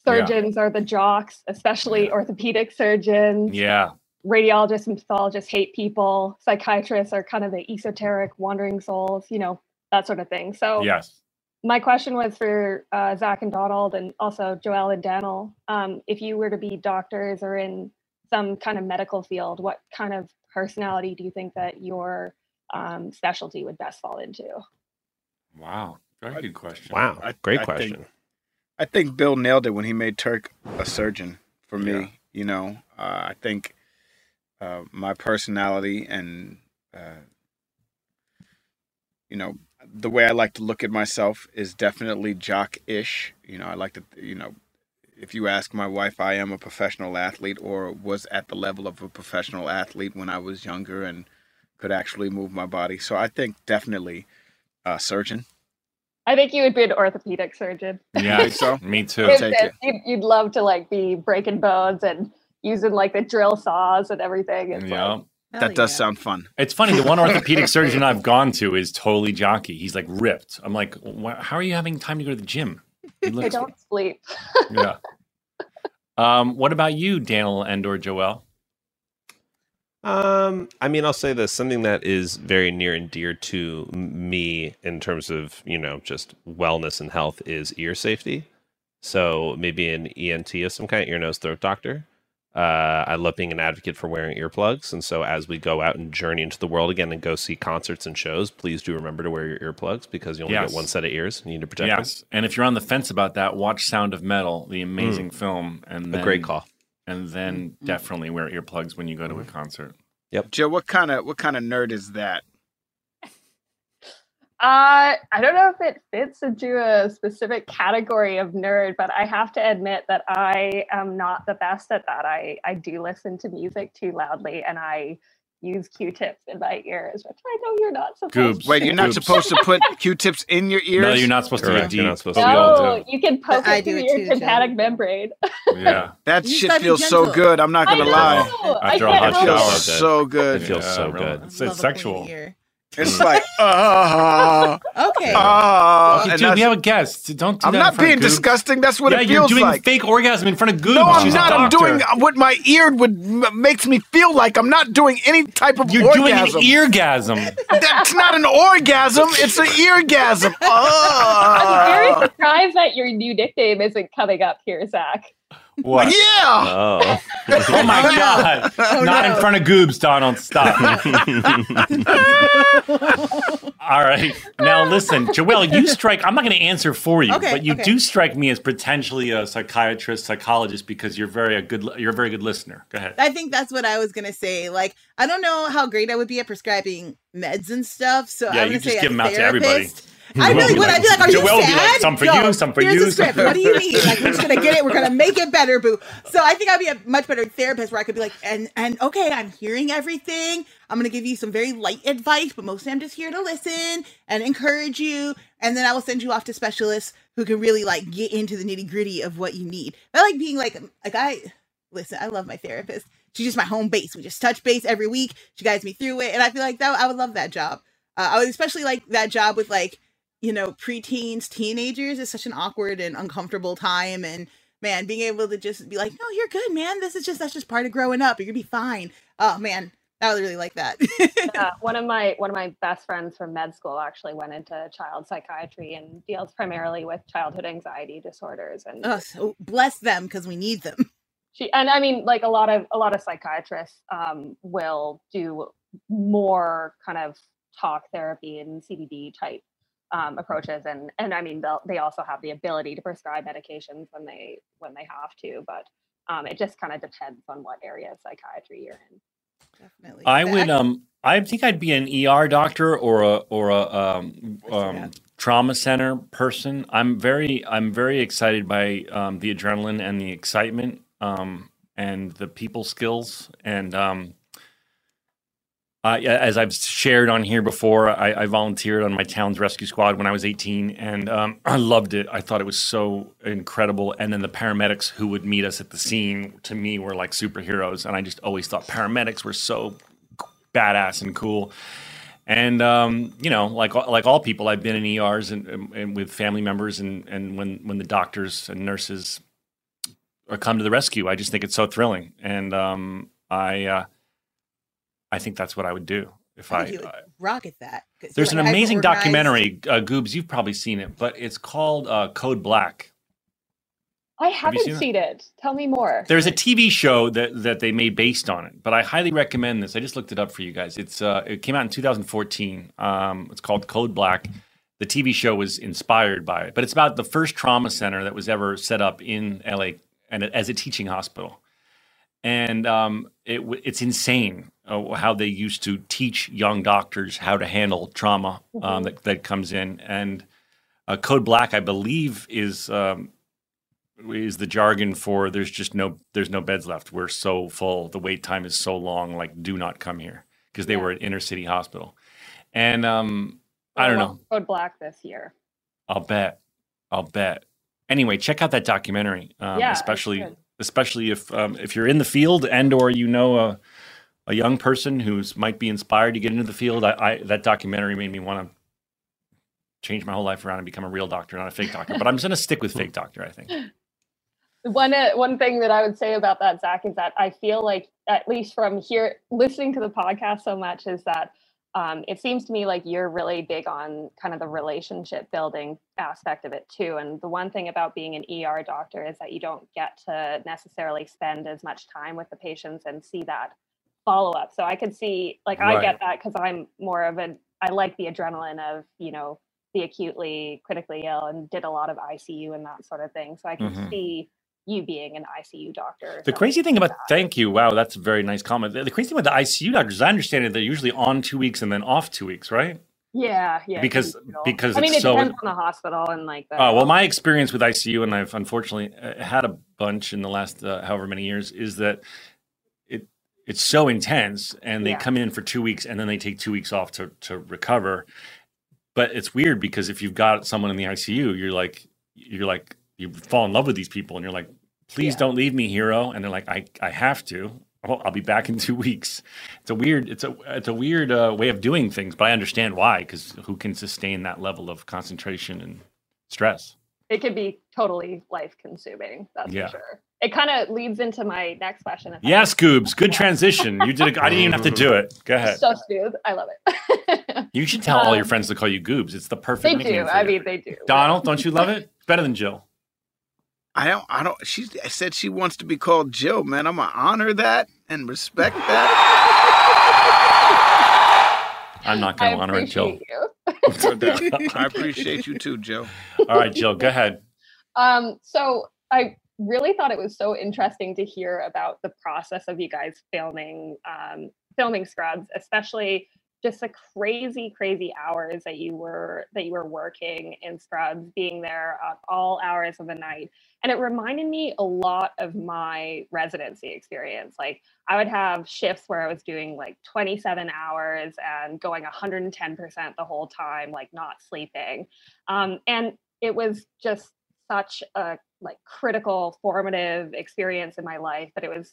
Yeah.
surgeons are the jocks especially orthopedic surgeons
Yeah.
radiologists and pathologists hate people psychiatrists are kind of the esoteric wandering souls you know that sort of thing so
Yes.
my question was for uh, Zach and Donald, and also Joelle and Daniel. Um, if you were to be doctors or in some kind of medical field, what kind of personality do you think that your um, specialty would best fall into?
Wow. Very good question.
wow,
I-
great
I
question.
think- I think Bill nailed it when he made Turk a surgeon for me. You know, uh, I think uh, my personality and, uh, you know, the way I like to look at myself is definitely jock ish. You know, I like to, you know, if you ask my wife, I am a professional athlete or was at the level of a professional athlete when I was younger and could actually move my body. So I think definitely uh, surgeon.
I think you would be an orthopedic surgeon.
Yeah.
Think so?
Me too.
I'll take
If- if You'd, you'd love to like be breaking bones and using like the drill saws and everything. It's
Yeah.
like,
Hell
that does
Oh, yeah.
sound fun.
It's funny. The one orthopedic surgeon I've gone to is totally jockey. He's like ripped. I'm like, "Wh- how are you having time to go to the gym? He
I
looks-
don't sleep.
yeah. Um, what about you, Daniel and or Joel?
Um, I mean, I'll say this: something that is very near and dear to m- me in terms of you know just wellness and health is ear safety. So maybe an ENT of some kind, ear, nose, throat doctor. Uh, I love being an advocate for wearing earplugs, and so as we go out and journey into the world again and go see concerts and shows, please do remember to wear your earplugs because you only
Yes.
get one set of ears. And you need to protect
Yes. And if you're on the fence about that, watch Sound of Metal, the amazing film, and
them.
then,
A great call.
And then
Mm-hmm.
definitely wear earplugs when you go to a concert.
Joe, what kind of what kind of nerd is that?
Uh, I don't know if it fits into a specific category of nerd, but I have to admit that I am not the best at that. I, I do listen to music too loudly and I use Q-tips in my ears, which I know you're not supposed to.
Wait, you're not
do.
supposed to put Q-tips in your ears.
No, you're not supposed to
Correct,
do
you're
deep.
not supposed
but we all
No, you can poke
But I
it
do
through
it
your
too, Jen.
tympanic membrane.
do. Yeah.
That
You
shit
gotta be
feels so
gentle.
good. I'm not
I
gonna lie.
know. I
After a
can't
hot shower,
help it.
Feels
dude.
so good.
It feels
Yeah,
so
really.
good.
I
It's,
love
it's
a pointy
sexual.
ear.
It's like ah
Okay.
ah.
Okay,
and
dude, we
that's-
have a guest. Don't do
I'm
that in
not
front of
being
Goob.
disgusting. That's what
yeah,
it
you're
feels
doing
like.
fake orgasm in front of Goob.
No, I'm
She's a
not. I'm
doctor.
doing what my ear would m- makes me feel like. I'm not doing any type of
You're
orgasm.
doing an eargasm.
That's not an orgasm. It's an eargasm. Ah.
I'm
Oh.
very surprised that your new nickname isn't coming up here, Zach.
What?
Yeah. Oh,
Oh.
Oh my god! Not in front of goobs, Donald. Stop. All right. Now listen, Joelle, you strike. I'm not going to answer for you,
Okay,
but you
okay.
do strike me as potentially a psychiatrist, psychologist, because you're very a good. li- You're a very good listener. Go ahead.
I think that's what I was gonna say. Like, I don't know how great I would be at prescribing meds and stuff. So
Yeah,
I'm
you
gonna
just
say a
give 'em out to everybody.
therapist. I
Joelle
know like,
be
what I'd be like, are you
Joelle
sad?
be like, some for
No,
you, some for
here's
you,
A
some
script.
for-
What do you need? Like, we're just gonna get it. We're gonna make it better, boo. So I think I'd be a much better therapist where I could be like, and and okay, I'm hearing everything. I'm gonna give you some very light advice, but mostly I'm just here to listen and encourage you. And then I will send you off to specialists who can really like get into the nitty gritty of what you need. I like being like, like I listen, I love my therapist. She's just my home base. We just touch base every week. She guides me through it, and I feel like that I would love that job. Uh, I would especially like that job with like you know preteens, teenagers. It's such an awkward and uncomfortable time, and man, being able to just be like, no, you're good, man. This is just that's just part of growing up. You're gonna be fine. Oh man, I would really like that.
uh, one of my one of my best friends from med school actually went into child psychiatry and deals primarily with childhood anxiety disorders and
oh, so bless them because we need them.
she and i mean like a lot of a lot of psychiatrists um, will do more kind of talk therapy and cbd type um, approaches and and i mean they'll- they also have the ability to prescribe medications when they when they have to but um, it just kind of depends on what area of psychiatry you're in
Definitely.
I
That-
would. Um, I think I'd be an ER doctor or a or a um, um, trauma center person. I'm very I'm very excited by um, the adrenaline and the excitement um, and the people skills and. Um, I, Uh, as I've shared on here before, I, I volunteered on my town's rescue squad when I was 18, and um, I loved it. I thought it was so incredible. And then the paramedics who would meet us at the scene to me were like superheroes, and I just always thought paramedics were so badass and cool. And um, you know, like like all people, I've been in ERs and, and, and with family members, and and when when the doctors and nurses or come to the rescue, I just think it's so thrilling, and um, I uh, I think that's what I would do if
I
I.
think you would
I-
rock at that. 'cause
there's an
you're, like,
amazing
hyper-organized.
documentary, uh, Goobs. You've probably seen it, but it's called uh, Code Black.
i
Have you
haven't
seen it?
seen it tell me more
There's a TV show that that they made based on it, but I highly recommend this. I just looked it up for you guys. It's uh, it came out in 2014. Um, it's called Code Black. The TV show was inspired by it, but it's about the first trauma center that was ever set up in LA and as a teaching hospital. And um, it, w- it's insane uh, how they used to teach young doctors how to handle trauma um, that, that comes in. And uh, Code Black, I believe, is um, is the jargon for there's just no there's no beds left. We're so full. The wait time is so long. Like, do not come here because they
Yeah.
were an inner city hospital. And um, I
Oh,
don't know.
code black this year
I'll bet. I'll bet. Anyway, check out that documentary, um,
Yeah, I
especially
should.
especially if um, if you're in the field and or you know a a young person who's might be inspired to get into the field. I, I that documentary made me want to change my whole life around and become a real doctor, not a fake doctor. But I'm just gonna stick with fake doctor. I think.
One uh, one thing that I would say about that, Zach, is that I feel like at least from here listening to the podcast so much is that um, it seems to me like you're really big on kind of the relationship building aspect of it too. And the one thing about being an ER doctor is that you don't get to necessarily spend as much time with the patients and see that follow up. So I could see like I
Right.
get that because I'm more of an I like the adrenaline of you know the acutely critically ill and did a lot of ICU and that sort of thing. So I can
Mhm.
see you being an ICU doctor.
The crazy thing about thank you, wow, that's a very nice comment. The the crazy thing about the ICU doctors, as I understand it, they're usually on two weeks and then off two weeks, right?
yeah, yeah, it can
because-
be brutal.
because
I mean
it's
it
so-
depends on the hospital and like the
Uh, well, my experience with ICU, and I've unfortunately uh, had a bunch in the last uh, however many years, is that it it's so intense and they
Yeah.
come in for two weeks and then they take two weeks off to, to recover but it's weird because if you've got someone in the icu you're like you're like you fall in love with these people and you're like please don't leave me hero and they're like i, I have to well, i'll be back in two weeks it's a weird it's a it's a weird uh, way of doing things but i understand why because who can sustain that level of concentration and stress
It could be totally life consuming. That's
Yeah.
for sure. It kind of leads into my next question. if I
yes goobs good transition you did a, i didn't even have to do it go ahead
So smooth. I love it.
You should tell all your friends to call you Goobs. It's the perfect
They
nickname
do.
for
Um, I
you.
mean, they do.
Donald, don't you love it? It's Better than Jill.
I don't. I don't. She said she wants to be called Jill. Man, I'm gonna honor that and respect that.
I'm not going to honor it, Jill.
appreciate you.
I appreciate you too, Jill.
All right, Jill, go ahead.
Um, so I really thought it was so interesting to hear about the process of you guys filming um, filming Scrubs, especially just the crazy, crazy hours that you were that you were working in Scrubs, being there at all hours of the night. And it reminded me a lot of my residency experience. Like I would have shifts where I was doing like 27 hours and going 110% the whole time, like not sleeping. Um, and it was just such a like critical formative experience in my life but it was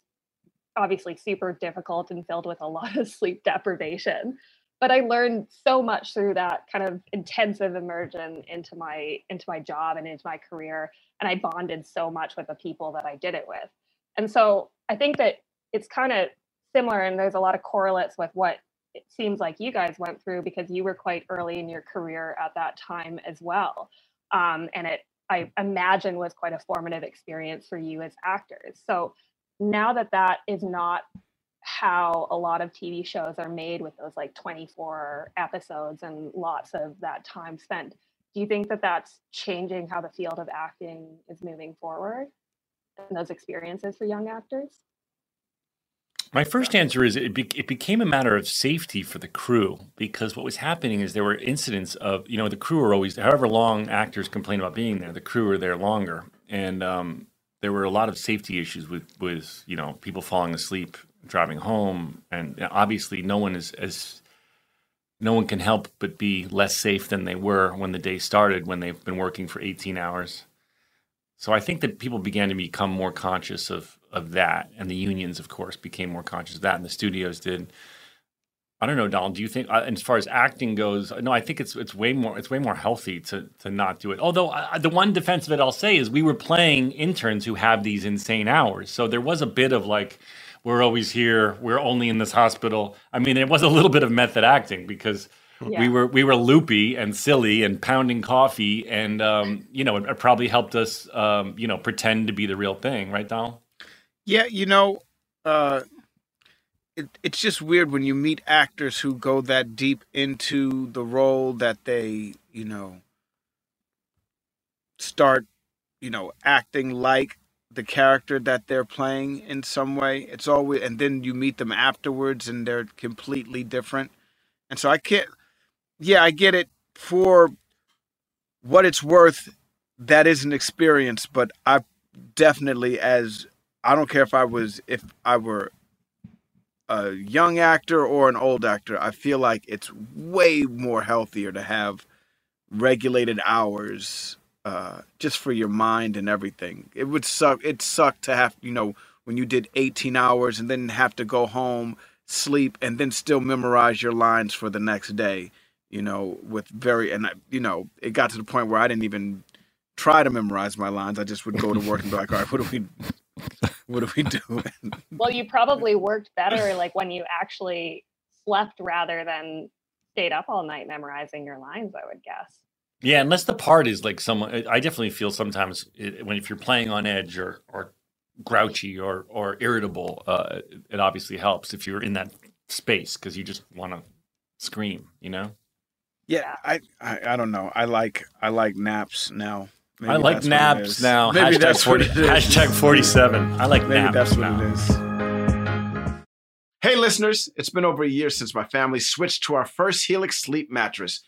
obviously super difficult and filled with a lot of sleep deprivation but i learned so much through that kind of intensive immersion into my into my job and into my career and i bonded so much with the people that i did it with and so i think that it's kind of similar and there's a lot of correlates with what it seems like you guys went through because you were quite early in your career at that time as well um, and it i imagine was quite a formative experience for you as actors so now that that is not how a lot of tv shows are made with those like 24 episodes and lots of that time spent do you think that that's changing how the field of acting is moving forward and those experiences for young actors
My first answer is it, be, it became a matter of safety for the crew because what was happening is there were incidents of, you know, the crew are always, however long actors complain about being there, the crew are there longer. And um, there were a lot of safety issues with, with, you know, people falling asleep, driving home. And obviously, no one is as no one can help but be less safe than they were when the day started when they've been working for 18 hours so i think that people began to become more conscious of of that and the unions of course became more conscious of that and the studios did i don't know donald do you think uh, as far as acting goes no i think it's it's way more it's way more healthy to to not do it although I, the one defense of it i'll say is we were playing interns who have these insane hours so there was a bit of like we're always here we're only in this hospital i mean it was a little bit of method acting because we
Yeah.
were we were loopy and silly and pounding coffee and um, you know it, it probably helped us um, you know pretend to be the real thing right donald
Yeah, you know, uh, it, it's just weird when you meet actors who go that deep into the role that they, you know, start, you know, acting like the character that they're playing in some way. It's always, and then you meet them afterwards and they're completely different. And so I can't, yeah, I get it for what it's worth. That is an experience, but I definitely, as I don't care if I was, if I were a young actor or an old actor, I feel like it's way more healthier to have regulated hours uh, just for your mind and everything. It would suck. It sucked to have, you know, when you did 18 hours and then have to go home, sleep, and then still memorize your lines for the next day, you know, with very, and, I, you know, it got to the point where I didn't even try to memorize my lines. I just would go to work and be like, all right, what do we, what do we do?
well you probably worked better like when you actually slept rather than stayed up all night memorizing your lines i would guess
yeah unless the part is like someone i I definitely feel sometimes it, when if you're playing on edge or or grouchy or or irritable uh, it- it obviously helps if you're in that space because you just want to scream you know
Yeah, I, I I don't know. I like I like naps now.
I like
that's what it
naps
is.
now.
Maybe
hashtag,
that's
40,
what it is.
hashtag 47. I like
Maybe
naps
that's what
now.
it is.
Hey, listeners, it's been over a year since my family switched to our first Helix sleep mattress.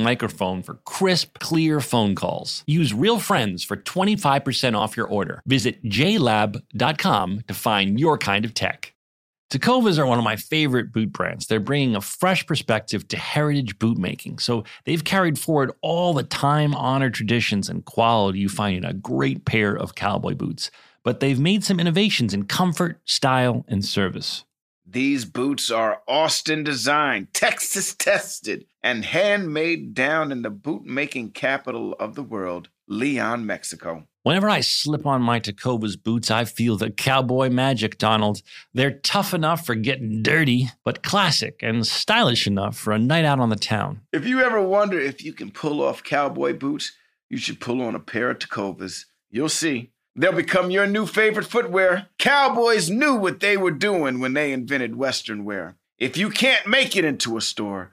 microphone for crisp, clear phone calls. Use Real Friends for 25% off your order. Visit jlab.com to find your kind of tech. Tacovas are one of my favorite boot brands. They're bringing a fresh perspective to heritage boot making. So they've carried forward all the time honored traditions and quality you find in a great pair of cowboy boots. But they've made some innovations in comfort, style, and service.
These boots are Austin designed, Texas tested, and handmade down in the bootmaking capital of the world, Leon, Mexico.
Whenever I slip on my Tacovas boots, I feel the cowboy magic, Donald. They're tough enough for getting dirty, but classic and stylish enough for a night out on the town.
If you ever wonder if you can pull off cowboy boots, you should pull on a pair of Tacovas. You'll see. They'll become your new favorite footwear. Cowboys knew what they were doing when they invented Western wear. If you can't make it into a store,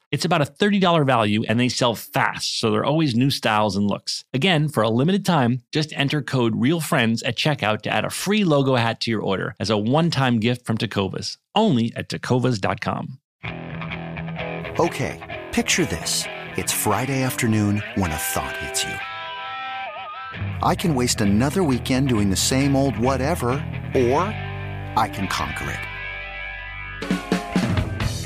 It's about a $30 value and they sell fast, so there are always new styles and looks. Again, for a limited time, just enter code REALFRIENDS at checkout to add a free logo hat to your order as a one time gift from Tacovas, only at tacovas.com.
Okay, picture this. It's Friday afternoon when a thought hits you. I can waste another weekend doing the same old whatever, or I can conquer it.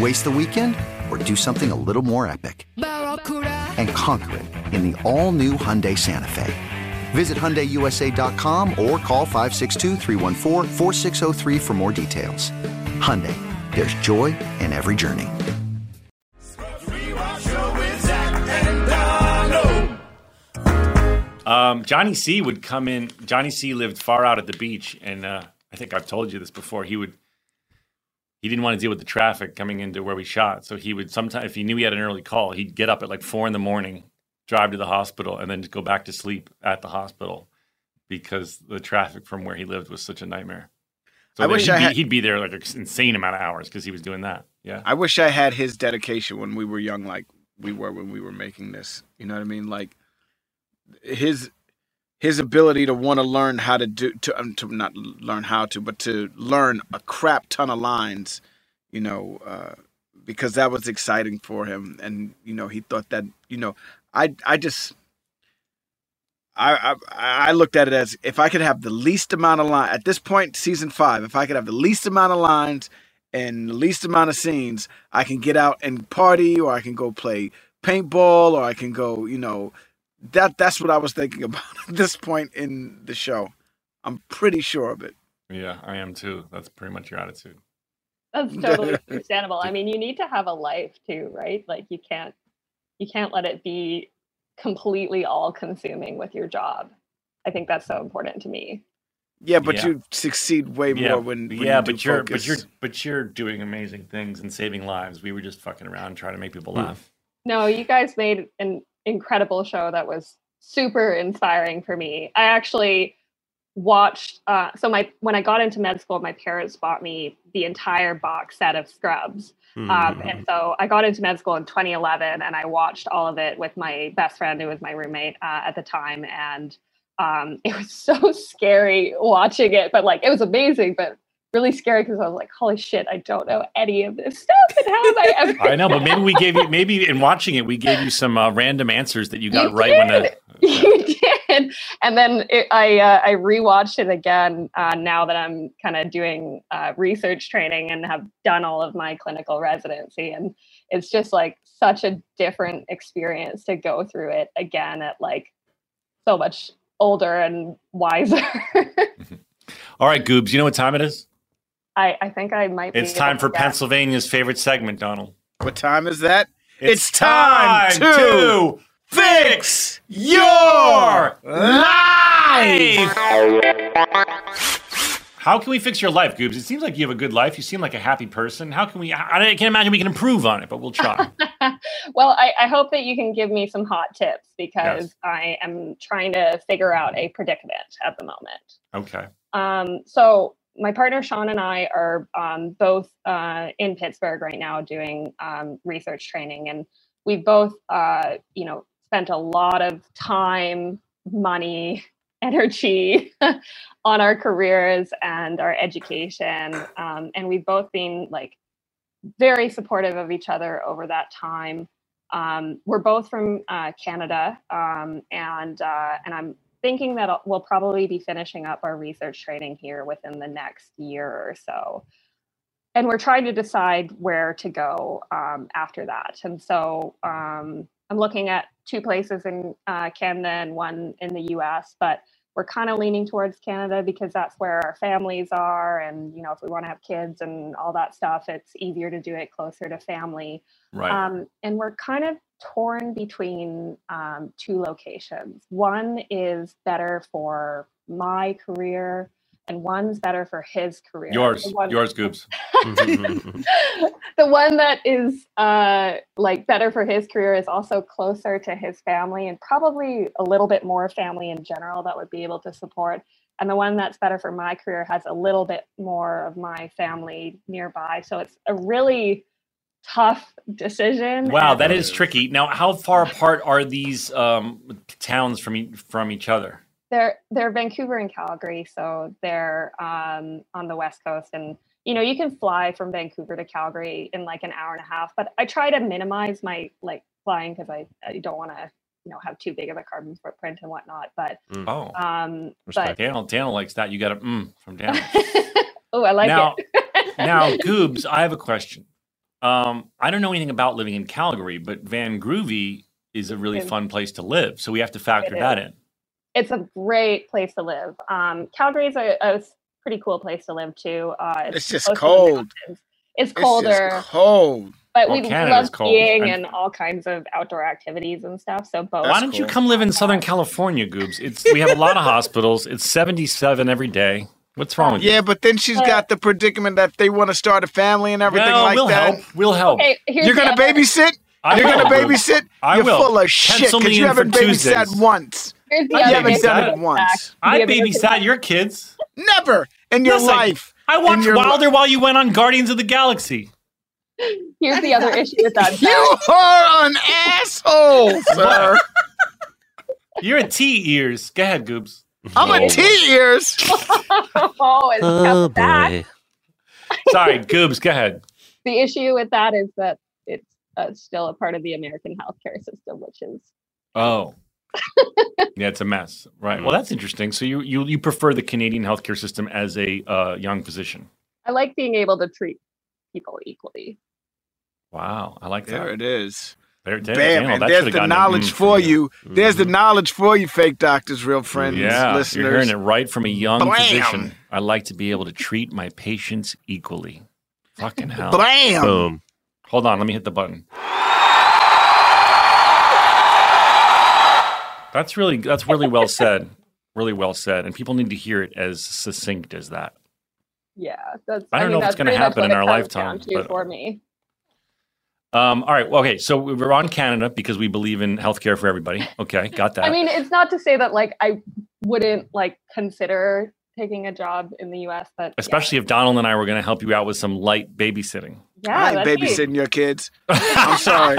Waste the weekend or do something a little more epic? And conquer it in the all new Hyundai Santa Fe. Visit HyundaiUSA.com or call 562-314-4603 for more details. Hyundai, there's joy in every journey.
Um, Johnny C would come in. Johnny C lived far out at the beach, and uh, I think I've told you this before. He would he didn't want to deal with the traffic coming into where we shot, so he would sometimes if he knew he had an early call, he'd get up at like four in the morning
drive to the hospital, and then just go back to sleep at the hospital because the traffic from where he lived was such a nightmare. So
I
then
wish
he'd,
I
be,
had-
he'd be there like an insane amount of hours because he was doing that. Yeah.
I wish I had his dedication when we were young, like we were when we were making this. You know what I mean? Like his his ability to want to learn how to do to um, to not learn how to, but to learn a crap ton of lines. You know, uh, because that was exciting for him, and you know he thought that you know I I just. I, I I looked at it as if I could have the least amount of line at this point, season five. If I could have the least amount of lines and the least amount of scenes, I can get out and party, or I can go play paintball, or I can go, you know, that that's what I was thinking about at this point in the show. I'm pretty sure of it.
Yeah, I am too. That's pretty much your attitude.
That's totally understandable. I mean, you need to have a life too, right? Like you can't you can't let it be completely all consuming with your job. I think that's so important to me.
Yeah, but
Yeah.
you succeed way more when, when
yeah,
you
but
do
you're
focus.
but you're but you're doing amazing things and saving lives. We were just fucking around trying to make
Hmm.
people laugh.
No, you guys made an incredible show that was super inspiring for me. I actually watched uh, so my when I got into med school, my parents bought me the entire box set of Scrubs, um,
Mm.
Hmm.
and so I got into med school in 2011, and I watched all of it with my best friend who was my roommate uh, at the time, and um, it was so scary watching it, but like it was amazing, but really scary because I was like, holy shit, I don't know any of this stuff, and how have I ever?
I know, but maybe we gave you maybe in watching it we gave you some uh, random answers that you got
You
right when the
you did. And then it, I uh, I rewatched it again uh, now that I'm kind of doing uh, research training and have done all of my clinical residency, and it's just like such a different experience to go through it again at like so much older and wiser.
All right, Goobs, you know what time it is?
I I think I might.
It's
be
time for
yeah.
Pennsylvania's favorite segment, Donald.
What time is that?
It's,
time to
fix
your life.
How can we fix your life, Goobs? It seems like you have a good life. You seem like a happy person. How can we? I, I can't imagine we can improve on it, but we'll try.
Well, I, I hope that you can give me some hot tips because
Yes.
I am trying to figure out a predicament at the moment.
okay.
Um, so my partner Sean and I are um, both uh, in Pittsburgh right now doing um, research training, and we both, uh, you know, spent a lot of time, money, energy on our careers and our education, um, and we've both been like very supportive of each other over that time. Um, we're both from uh, Canada, um, and uh, and I'm thinking that we'll probably be finishing up our research training here within the next year or so. And we're trying to decide where to go um, after that. And so um, I'm looking at two places in uh, Canada and one in the U.S. But we're kind of leaning towards Canada because that's where our families are, and you know, if we want to have kids and all that stuff, it's easier to do it closer to family.
Right.
Um, and we're kind of torn between um, two locations. One is better for my career, and one's better for his career.
Yours,
The one-
yours, Mm-hmm. Goobs.
the one that is uh, like better for his career is also closer to his family and probably a little bit more family in general that would be able to support. And the one that's better for my career has a little bit more of my family nearby. So it's a really tough decision.
Wow,
and-
that is tricky. Now, how far apart are these um, towns from e- from each other?
they're they're Vancouver and Calgary, so they're um, on the west coast, and you know you can fly from Vancouver to Calgary in like an hour and a half. But I try to minimize my like flying because I, I don't want to you know have too big of a carbon footprint and whatnot. But
Oh,
um,
Respect.
but
Daniel, Daniel likes that. You got a mm from Daniel.
oh, I like
now,
it.
now, Goobs, I have a question. Um, I don't know anything about living in Calgary, but Van Groovy is a really
It-
fun place to live, so we have to factor
It
that
is.
in.
It's a great place to live. Um, Calgary is a, a pretty cool place to live too. Uh,
It's just
close to the
cold.
mountains. It's
It's just
colder.
cold.
But
Well,
we
Canada's
love
cold,
skiing
and-
and all kinds of outdoor activities and stuff. So both.
Why don't you come live in Southern California, Goobs? It's we have a lot of hospitals. It's seventy-seven every day. What's wrong with you?
Yeah, but then she's got the predicament that they want to start a family and everything
Well,
like
we'll
that.
help. We'll help.
Okay, here's
You're
the
gonna
other-
babysit?
I
You're
will.
gonna babysit?
I
You're
will.
full of
Pencil
shit
me
because you
in for
haven't babysat
Tuesdays.
once.
Here's the
you
other
haven't
big
done it
fact.
once.
I
Yeah, but that's
babysat your kids.
Never in your
Yes, I-
life.
I watched
your
Wilder while you went on Guardians of the Galaxy.
Here's the other issue with that.
You are an asshole, sir.
You're a T ears. Go ahead, Goobs.
I'm a T ears.
oh, it's
Oh
that.
boy.
Sorry, Goobs. Go ahead.
The issue with that is that it's uh, still a part of the American healthcare system, which is
Oh. yeah, it's a mess. Right. Well, that's interesting. So you you, you prefer the Canadian healthcare system as a uh, young physician.
I like being able to treat people equally.
Wow, I like that.
There it is.
There, there,
Bam!
damn,
and
that
there's
should've
the
gotten a
knowledge
mm
for
from you.
you. There's the knowledge for you, fake doctors, real friends,
Yeah,
listeners.
you're hearing it right from a young
Blam.
physician. I like to be able to treat my patients equally. Fucking hell.
Blam.
Boom.
Hold on, let me hit the button. That's really that's really well said. Really well said. And people need to hear it as succinct as that.
Yeah, that's.
I don't know if
mean,
it's
that's
gonna
pretty much
happen in
what it
our
comes
lifetime,
down to
but-
for me.
Um, all right. Well, okay. So we we're on Canada because we believe in healthcare for everybody. Okay, got that.
I mean, it's not to say that like I wouldn't like consider taking a job in the U.S. But yeah.
Especially if Donald and I were going to help you out with some light babysitting.
yeah,
I ain't
that'd be-
babysitting your kids. I'm sorry.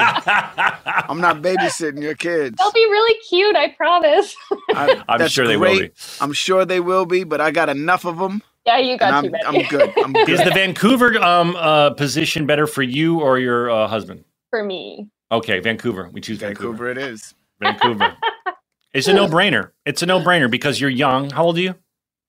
I'm not babysitting your kids.
They'll be really cute. I promise.
I,
I'm
that's
sure they will
great.
be.
I'm sure they will be, but I got enough of them,
yeah, you got too
and I'm,
many.
I'm good. I'm good.
Is the Vancouver um, uh, position better for you or your uh, husband?
for me.
Okay, Vancouver. We choose Vancouver.
Vancouver, it is.
Vancouver. It's a no-brainer. It's a no-brainer because you're young. How old are you?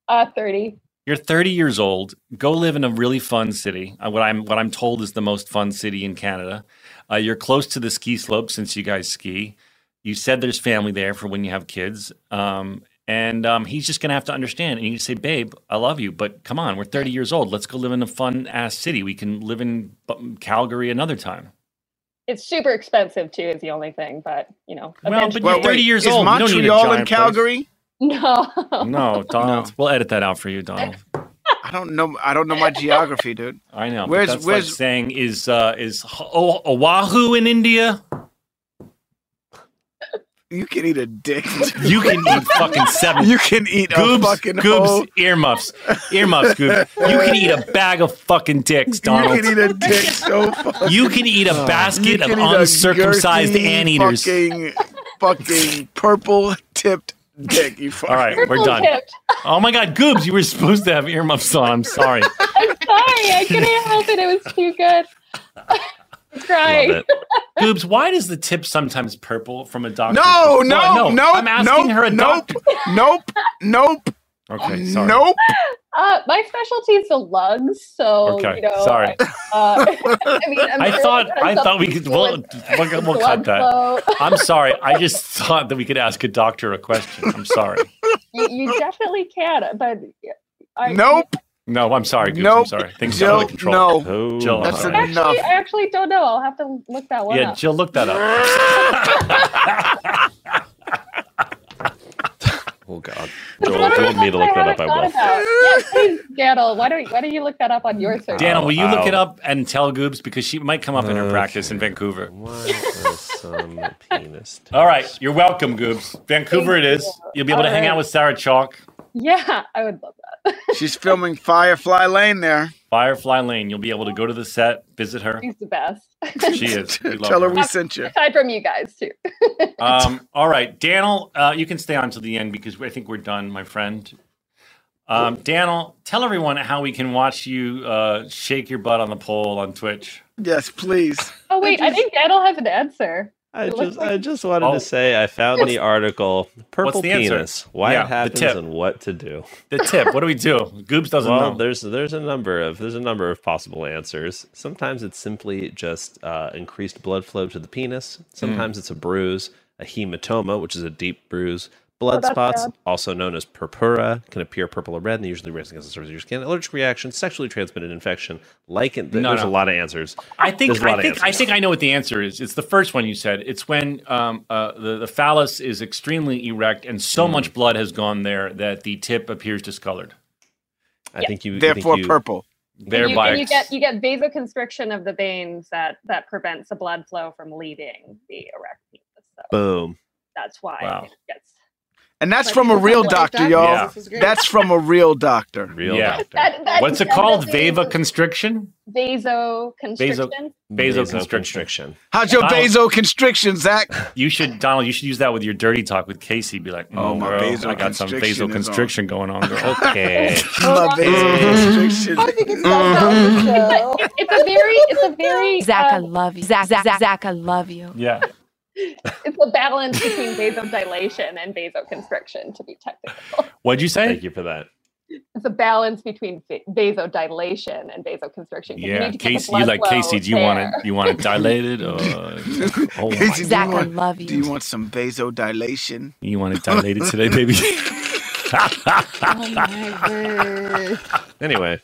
Uh, thirty.
You're 30 years old. Go live in a really fun city. Uh, what I'm what I'm told is the most fun city in Canada. Uh, you're close to the ski slope since you guys ski. You said there's family there for when you have kids. Um, and um, he's just gonna have to understand. And you say, "Babe, I love you, but come on, we're 30 years old. Let's go live in a fun ass city. We can live in um, Calgary another time."
It's super expensive too. Is the only thing, but you know.
Well, but
eventually-
you're 30 years
is
old. You don't need a
Montreal
giant
and
place.
Calgary?
no.
No, Donald. We'll edit that out for you, Donald.
I don't know. I don't know my geography, dude.
I know.
Where's-
Where's, that's
where's-
like saying is uh, is o- Oahu in India?
You can eat a dick.
You can eat fucking seven.
you can eat a
goobs,
fucking
goobs,
hoe.
earmuffs, earmuffs, goobs. You can eat a bag of fucking dicks,
You
Donald.
can eat a dick so fucking.
You can eat a basket of
can eat a
uncircumcised
girthy
anteaters.
Fucking, fucking purple tipped dick. You fucking.
All right, we're done.
Tipped.
Oh my God, Goobs, you were supposed to have earmuffs on. I'm sorry.
I'm sorry. I couldn't help it. It was too good. I'm crying.
Love it.
Goobs, why does the tip sometimes purple from a doctor?
No,
What?
no, no,
I'm asking
nope,
her a
nope,
doctor.
nope, nope,
Okay, sorry.
nope.
Uh, my specialty is the lugs, so
Okay,
you know.
sorry.
Uh, I mean, I'm
I
sure
thought
there's
I thought we could.
something
We'll,
with
we'll, we'll cut
blood
that.
flow.
I'm sorry. I just thought that we could ask a doctor a question. I'm sorry.
You, you definitely can, but uh, I,
Nope.
No, I'm sorry. Goobs, I'm
Nope.
sorry. Things are out of
Jill,
control.
no.
Oh,
Jill,
my.
I'm
That's
sorry.
Actually,
enough.
I actually don't know. I'll have to look that one
Yeah,
up.
Jill, look that up.
oh god. Joel, if you want me to look that up, I will.
Yeah, please, Daniel. Why don't why don't you look that up on your search?
Dana, will you look
Ow.
it up and tell Goobs because she might come up in her practice in
Okay.
Vancouver.
Why is some penis?
All right, you're welcome, Goobs. Vancouver it is. You'll be able to
All
hang
right.
out with Sarah Chalk.
Yeah, I would love that.
She's filming Firefly Lane there.
Firefly Lane. You'll be able to go to the set, visit her.
She's the best.
She is. We love
Tell her
her.
we sent you.
Aside from you guys too.
Um, all right, Daniel, uh, you can stay on to the end because I think we're done, my friend. Um, Daniel, tell everyone how we can watch you uh, shake your butt on the pole on Twitch.
Yes, please.
Oh wait, I think Daniel has an answer.
I
It looks
just,
like-
I just wanted
Oh.
to say I found the article "Purple
the answer?
Penis: Why
Yeah,
It
the
Happens
tip.
and What to Do."
The tip. what do we do? Goobs doesn't
Well,
know.
there's there's a number of there's a number of possible answers. Sometimes it's simply just uh, increased blood flow to the penis. Sometimes it's a bruise, a hematoma, which is a deep bruise. Blood
Oh, that's
spots,
bad.
also known as purpura, can appear purple or red, and they usually raise against the surface of your skin. Allergic reaction, sexually transmitted infection, lichen. th-
No,
there's
no.
a lot of answers.
I think
There's a
I
lot of
think I
answers.
think I know what the answer is. It's the first one you said. It's when um, uh, the the phallus is extremely erect and so much blood has gone there that the tip appears discolored.
I think you. I think
Therefore,
you-
purple.
And you,
Thereby,
and you get you get vasoconstriction of the veins that that prevents the blood flow from leaving the erect penis. So
Boom.
that's why
Wow.
it gets
And that's
Like
from a
people
real
like
doctor,
doctors,
y'all.
this is great.
That's from a real doctor.
Real Yeah. doctor. What's it called? Vava constriction? Vaso,
vasoconstriction.
vasoconstriction.
How's your
Donald-
vasoconstriction, Zach?
You should, Donald. You should use that with your dirty talk with Casey. Be like,
Oh,
"Mm,
my
girl, I got some
vasoconstriction is
vasoconstriction going on. Girl.
Okay.
My
vasoconstriction. I
think it's
Mm-hmm.
It's, it's a very it's a very
Zach, I
uh,
love you. Zach, Zach, Zach, I love you.
Yeah.
it's a balance between vasodilation and vasoconstriction to be technical.
What'd you say?
Thank you for that.
It's a balance between va- vasodilation and vasoconstriction. 'cause you
Yeah,
need to get the
Casey. You
blood
like
flow
Casey? Do you want
there.
it? You want it dilated? Or, oh
Casey,
my
do you
Zach, I
want-
love you.
Do you want some vasodilation?
You want it dilated today, baby?
anyway,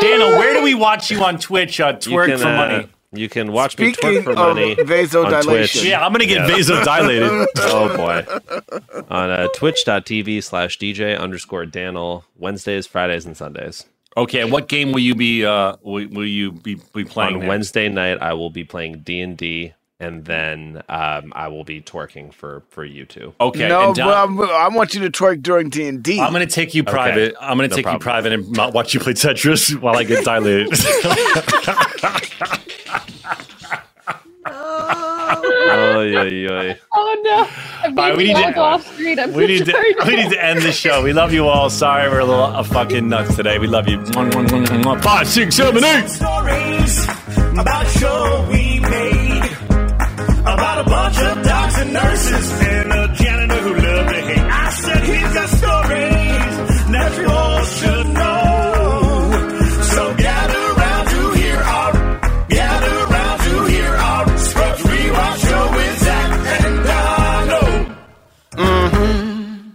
Dana, where do we watch you on Twitch? Uh,
you
twerk
can,
for
uh,
money.
You can watch me
Speaking
twerk for
of
money. on Twitch.
vasodilation. Yeah, I'm gonna get vasodilated.
oh boy. On uh, twitch.tv slash DJ underscore Daniel, Wednesdays, Fridays, and Sundays.
Okay, and what game will you be uh will, will you be, be playing
on
there?
Wednesday night, I will be playing D and D, and then um, I will be twerking for for you two.
Oh,
No, bro, I'm- I want you to twerk during D and D.
I'm gonna take you
Okay.
private. I'm gonna
No
take
problem.
you private and not watch you play Tetris while I get dilated.
oh yeah, yeah.
Oh no! A
All right, we need
baby
to-
to, off screen. I'm
We
so
need to
sorry.
we need to end the show. We love you all. Sorry we're a little uh, fucking nuts today. We love you. Mwah, mwah, mwah, mwah, mwah. Five, six, seven, eight.
Stories about show we made. About a bunch of docs and nurses and a janitor who loved to hate. I said he's got stories that you all should know. So gather round to hear our gather round to hear our Scrubs Rewatch show with Zach and Donald.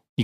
You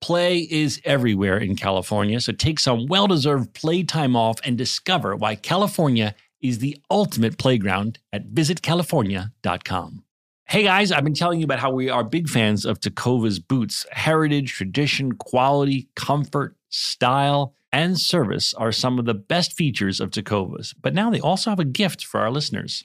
Play is everywhere in California, so take some well deserved playtime off and discover why California is the ultimate playground at visitcalifornia.com. Hey guys, I've been telling you about how we are big fans of Takova's boots. Heritage, tradition, quality, comfort, style, and service are some of the best features of Takova's. But now they also have a gift for our listeners.